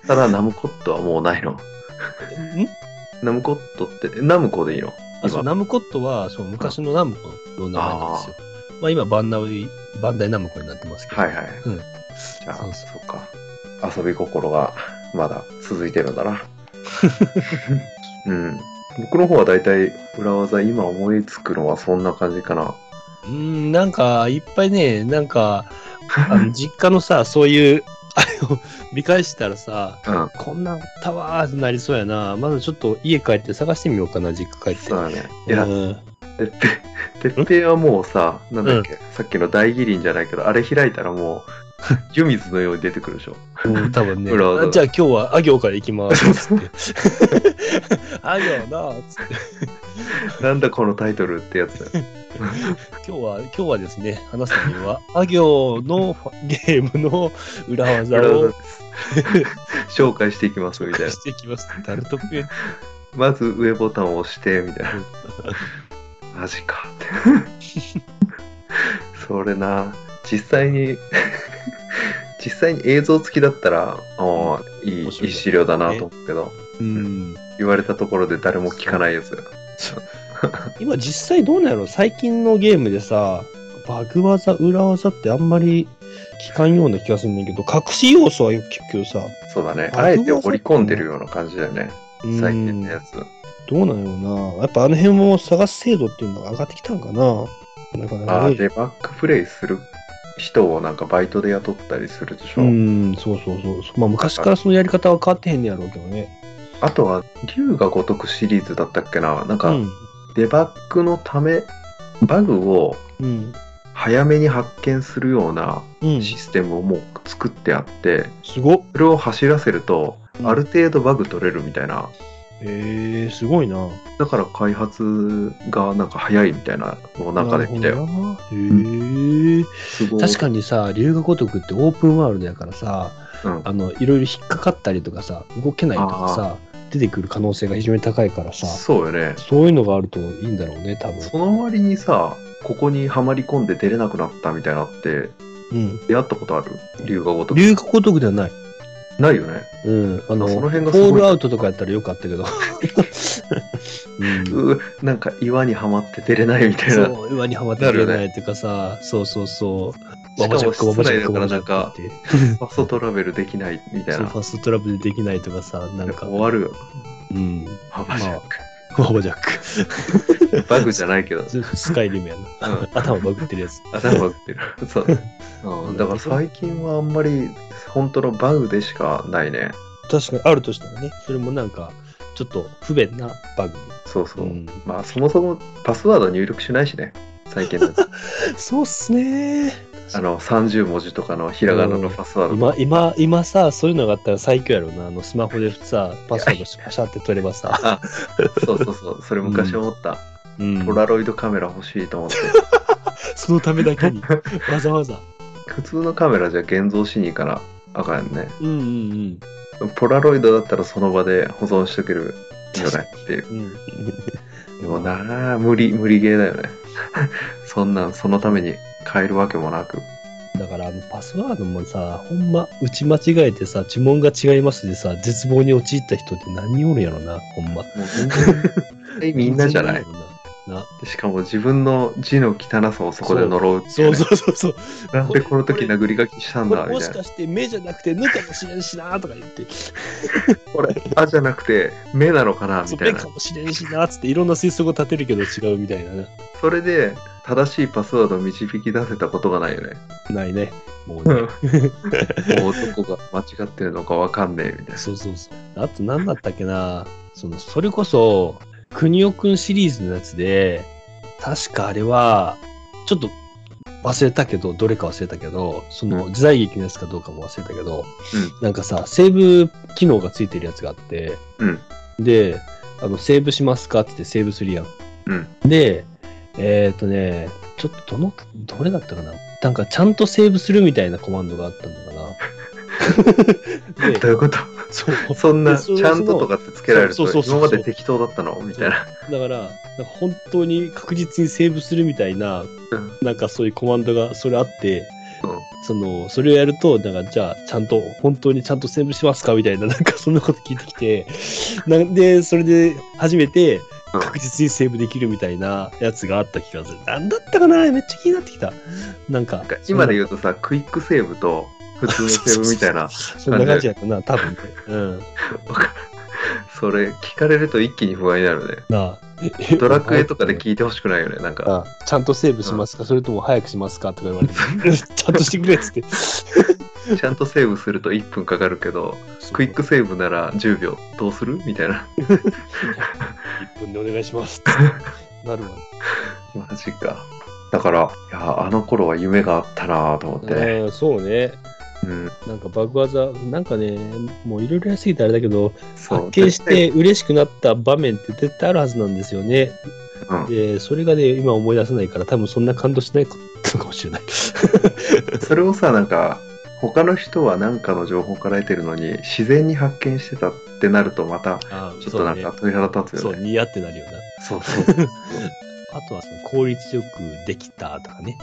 B: ただナムコットはもうないの
A: ん
B: ナムコットってえナムコでいいの
A: あそうナムコットはそう昔のナムコの名前なんですよ。まあ今バンナウイ、バンダイナムコになってますけど。
B: はいはい。
A: うん
B: じゃあ、
A: そ
B: そうう
A: そう
B: か。遊び心が [laughs] まだ続いてるんだ [laughs] な。うん。僕の方は大体裏技、今思いつくのはそんな感じかな。
A: うーん、なんか、いっぱいね、なんか、
B: [laughs]
A: あの実家のさ、そういう、あれを見返したらさ、
B: うん。
A: こんなんあったわーってなりそうやな。まずちょっと家帰って探してみようかな、実家帰って
B: そう。だね。いや
A: う、ん
B: てっ [laughs] ぺ、てっぺいはもうさ、なんだっけ、さっきの大義林じゃないけど、あれ開いたら [laughs] もう、湯水のように出てくるでしょ。
A: うん、多分ね。
B: 裏技
A: あじゃあ今日はあ行から行きます。
B: [laughs]
A: つって。あ行なーっつって。
B: なんだこのタイトルってや [laughs] つだよ。
A: 今日は、今日はですね、話すのは、あ行のファゲームの裏技
B: 裏技
A: を
B: です。紹介していきますみたいな。
A: していきます。ダルトプエ
B: まず上ボタンを押してみたいな。マジか [laughs] って。それな、実際に、 [laughs] 実際に映像付きだったら、ああ、いい、
A: 面白い
B: いい資料だなと思うけど、
A: うん。
B: 言われたところで誰も聞かないやつだよ。
A: 今実際どうなんやろ最近のゲームでさ、バグ技、裏技ってあんまり効かんような気がするんだけど、隠し要素はよく聞くけどさ、
B: そうだね。
A: あ
B: あえて織り込んでるような感じだよね。
A: うん
B: 最近のやつ。
A: どうなんやろな。やっぱあの辺も探す精度っていうのが上がってきたんかな。なかな
B: あ
A: か
B: あ、
A: ね。
B: デバッグプレイする人をなんかバイトで雇ったりするでし
A: う
B: ょ。
A: ん、そうそうそう。まあ昔からそのやり方は変わってへんねやろうけどね。
B: あとは、竜が如くシリーズだったっけな。なん
A: う
B: か、
A: ん。
B: デバッグのため、バグを
A: うん。
B: 早めに発見するような
A: うん。
B: システムをもう作ってあって、
A: すごっ。
B: それを走らせると、
A: うん
B: ある程度バグ取れるみたいな、
A: えー、すごいな。
B: だから開発がなんか早いみたいなのを中で見た
A: なる
B: よ。
A: ほどな。へー確か
B: に。
A: にさ、龍が如くってオープンワールドやからさ、
B: うん
A: あの、いろいろ引っかかったりとかさ、動けないとかさ、出てくる可能性が非常に高いからさ、
B: そうよね。
A: そういうのがあるといいんだろうね、多分。
B: その割にさ、ここにはまり込んで出れなくなったみたいなのって、
A: うん。
B: 出会ったことある龍が如く。
A: 龍が如くではない。
B: ないよね。
A: うん。あの、
B: その辺
A: ホ
B: がすごい
A: ールアウトとかやったらよかったけど。うん
B: [laughs] うーなんか岩にはまって出れないみたい [laughs] な。
A: そう、岩にはまってくれないっていうかさ、そうそうそう。
B: しかも
A: わばじゃっ
B: 室内だからなんか
A: わばじゃっこって
B: ファストトラベルできないみたい
A: そう、
B: な
A: フ。ァストトラブルできないとかさ、なんか。
B: 終わるよ。
A: うん。
B: ハマジャック
A: ワバジャック。 [laughs]
B: バグじゃないけど。
A: スカイリムやな。
B: うん
A: 頭バグってるやつ。
B: 頭打ってる。 [laughs] そう。うんだから最近はあんまり本当のバグでしかないね。
A: 確かにあるとしたらね、それもなんか、ちょっと不便なバグ。
B: そうそう。
A: うん
B: まあそもそもパスワード入力しないしね。最近だ [laughs] と
A: そうっすね
B: あの30文字とかのひらがなのパスワード。
A: 今、今、今さ、そういうのがあったら最強やろうな。あの、スマホでさ、パスワードシャシャって取ればさ。
B: [laughs] あそうそうそう。それ昔思った。
A: うん
B: ポラロイドカメラ欲しいと思って。
A: そのためだけ
B: [laughs]
A: に。わざわざ。
B: 普通のカメラじゃ現像しに行かなあかんね。
A: うんうんうん。
B: ポラロイドだったらその場で保存しとけるよねっていう。
A: うん。
B: でもなあ、無理、無理ゲーだよね。 [laughs] そんなん、そのために変えるわけもなく。
A: だからあのパスワードもさほんま打ち間違えてさ呪文が違いますでさ絶望に陥った人って何人おるんやろなほんま
B: もう全然え [laughs] みんな
A: [laughs]
B: じゃない。
A: な
B: しかも自分の字の汚さをそこで呪うってい
A: そうう
B: ね
A: そうそうそう
B: なんでこの時
A: これ
B: 殴り書きしたん
A: こ
B: だ
A: れ
B: み
A: も
B: たい
A: しか
B: な
A: して目じゃなくてぬかもしれんしなとか言って
B: これ「あ」じゃなくて「目」なのかなみ
A: そう
B: たい
A: 目
B: な
A: かもしれんしなっつっていろんな推測を立てるけど違うみたいなな
B: それで正しいパスワードを導き出せたことがな
A: [laughs]
B: いよね
A: ないねもうね
B: [laughs] もうどこが間違ってるのかわかんねえみたいな
A: そうそうそうあと何だったっけなそのそれこそ邦雄くんシリーズのやつで確かあれはちょっと忘れたけどどれか忘れたけどそうの時代劇のやつかどうかも忘れたけど、
B: う
A: なんかさセーブ機能がついてるやつがあって
B: うん
A: であのセーブしますかって言ってセーブするやん
B: うん
A: でえっ、とねちょっとどのどれだったかななんかちゃんとセーブするみたいなコマンドがあったのか
B: [laughs]
A: な
B: どういうこと
A: そう
B: そんな
A: [laughs] でそれ
B: ちゃんととかってつけられる
A: そ
B: と
A: うそうそうそう
B: 今まで適当だったのみたいな
A: だから、なんか本当に確実にセーブするみたいな、
B: うん
A: なんかそういうコマンドがそれあって、
B: うん
A: その、それをやると、なんかじゃあ、ちゃんと、本当にちゃんとセーブしますかみたいな、なんかそんなこと聞いてきて、なんで、それで初めて
B: うん
A: 確実にセーブできるみたいなやつがあった気がする。なんだったかなめっちゃ気になってきた。なんか、
B: なんか今で言うとさクイックセーブと普通のセーブみたい [laughs] な
A: そんな感じやったな、多分ね。うん。
B: それ聞かれると一気に不安になるね
A: なあ。
B: [laughs] ドラクエとかで聞いてほしくないよねなん
A: あ
B: か
A: [laughs] ちゃんとセーブしますか、それとも早くしますかとか言われ
B: [laughs]
A: て、ちゃんとしてくれっつって。
B: ちゃんとセーブすると1分かかるけど、クイックセーブなら10秒、どうするみたいな。 [laughs]
A: 1分でお願いします。なるわ。
B: マジか。だから、いや、あの頃は夢があったなぁと思ってね。
A: うんそうね。
B: うん、
A: なんかバグ技、なんかね、もういろいろやりすぎてあれだけど、
B: そう。
A: 発見して嬉しくなった場面って絶対あるはずなんですよね。
B: うん、
A: で、それがね、今思い出せないから、多分そんな感動しないかかもしれない。
B: それをさ、なんか、他の人は何かの情報から得てるのに、自然に発見してたってなると、また、
A: あ [laughs] ー
B: ちょっとなんか鳥肌立つ
A: そ
B: よ
A: う,、ね、
B: ね。
A: そう、似合ってなるよな。
B: そうそうそう。
A: あとはその効率よくできたとかね。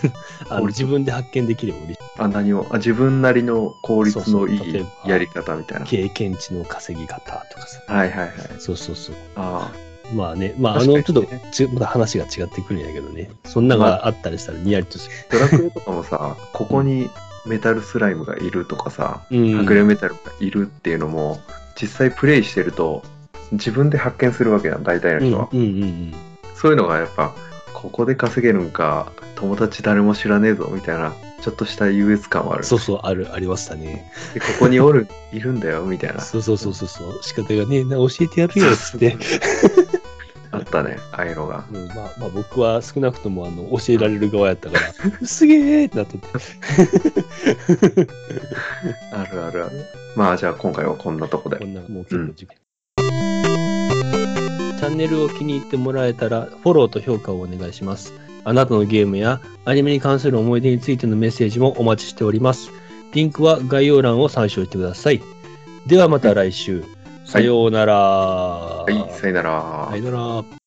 A: [laughs] あの
B: 効率
A: 自分で発見できれば嬉しい。
B: あ、何を、あ、自分なりの効率のい
A: そうそう例え
B: い
A: ば
B: やり方みたいな。
A: 経験値の稼ぎ方とかさ。
B: はいはいはい。
A: そうそうそう。
B: あ
A: まあね、まあ、あ
B: 確かに
A: の、
B: ね
A: ちょっとち、また話が違ってくるんやけどね。そんなのがあったりしたらニヤリとする。
B: あ、ドラクエとかもさ、ここにメタルスライムがいるとかさ、
A: うん
B: 隠れメタルがいるっていうのも実際プレイしてると自分で発見するわけやん大
A: う
B: 体の
A: ん
B: 人
A: うん
B: は、
A: うんうん。
B: そういうのがやっぱここで稼げるんか友達誰も知らねえぞみたいなちょっとした優越感はある
A: そうそう、ある、ありましたね。
B: でここにおるいるんだよみたいな
A: そうそうそうそうそう。仕方がねえな、教えてやるよっつって。
B: [laughs] あとったね、ああいうのが。
A: うんまあまあ、僕は少なくともあの教えられる側やった
B: [laughs]
A: から、すげえってなってて。
B: あるあるある。まあじゃあ今回はこんなとこ
A: こ
B: で。
A: んなもう結構時間、チャンネルを気に入ってもらえたらフォローと評価をお願いしますあなたのゲームやアニメに関する思い出についてのメッセージもお待ちしておりますリンクは概要欄を参照してくださいではまた来週、さようなら、
B: はい、さよなら。
A: さようなら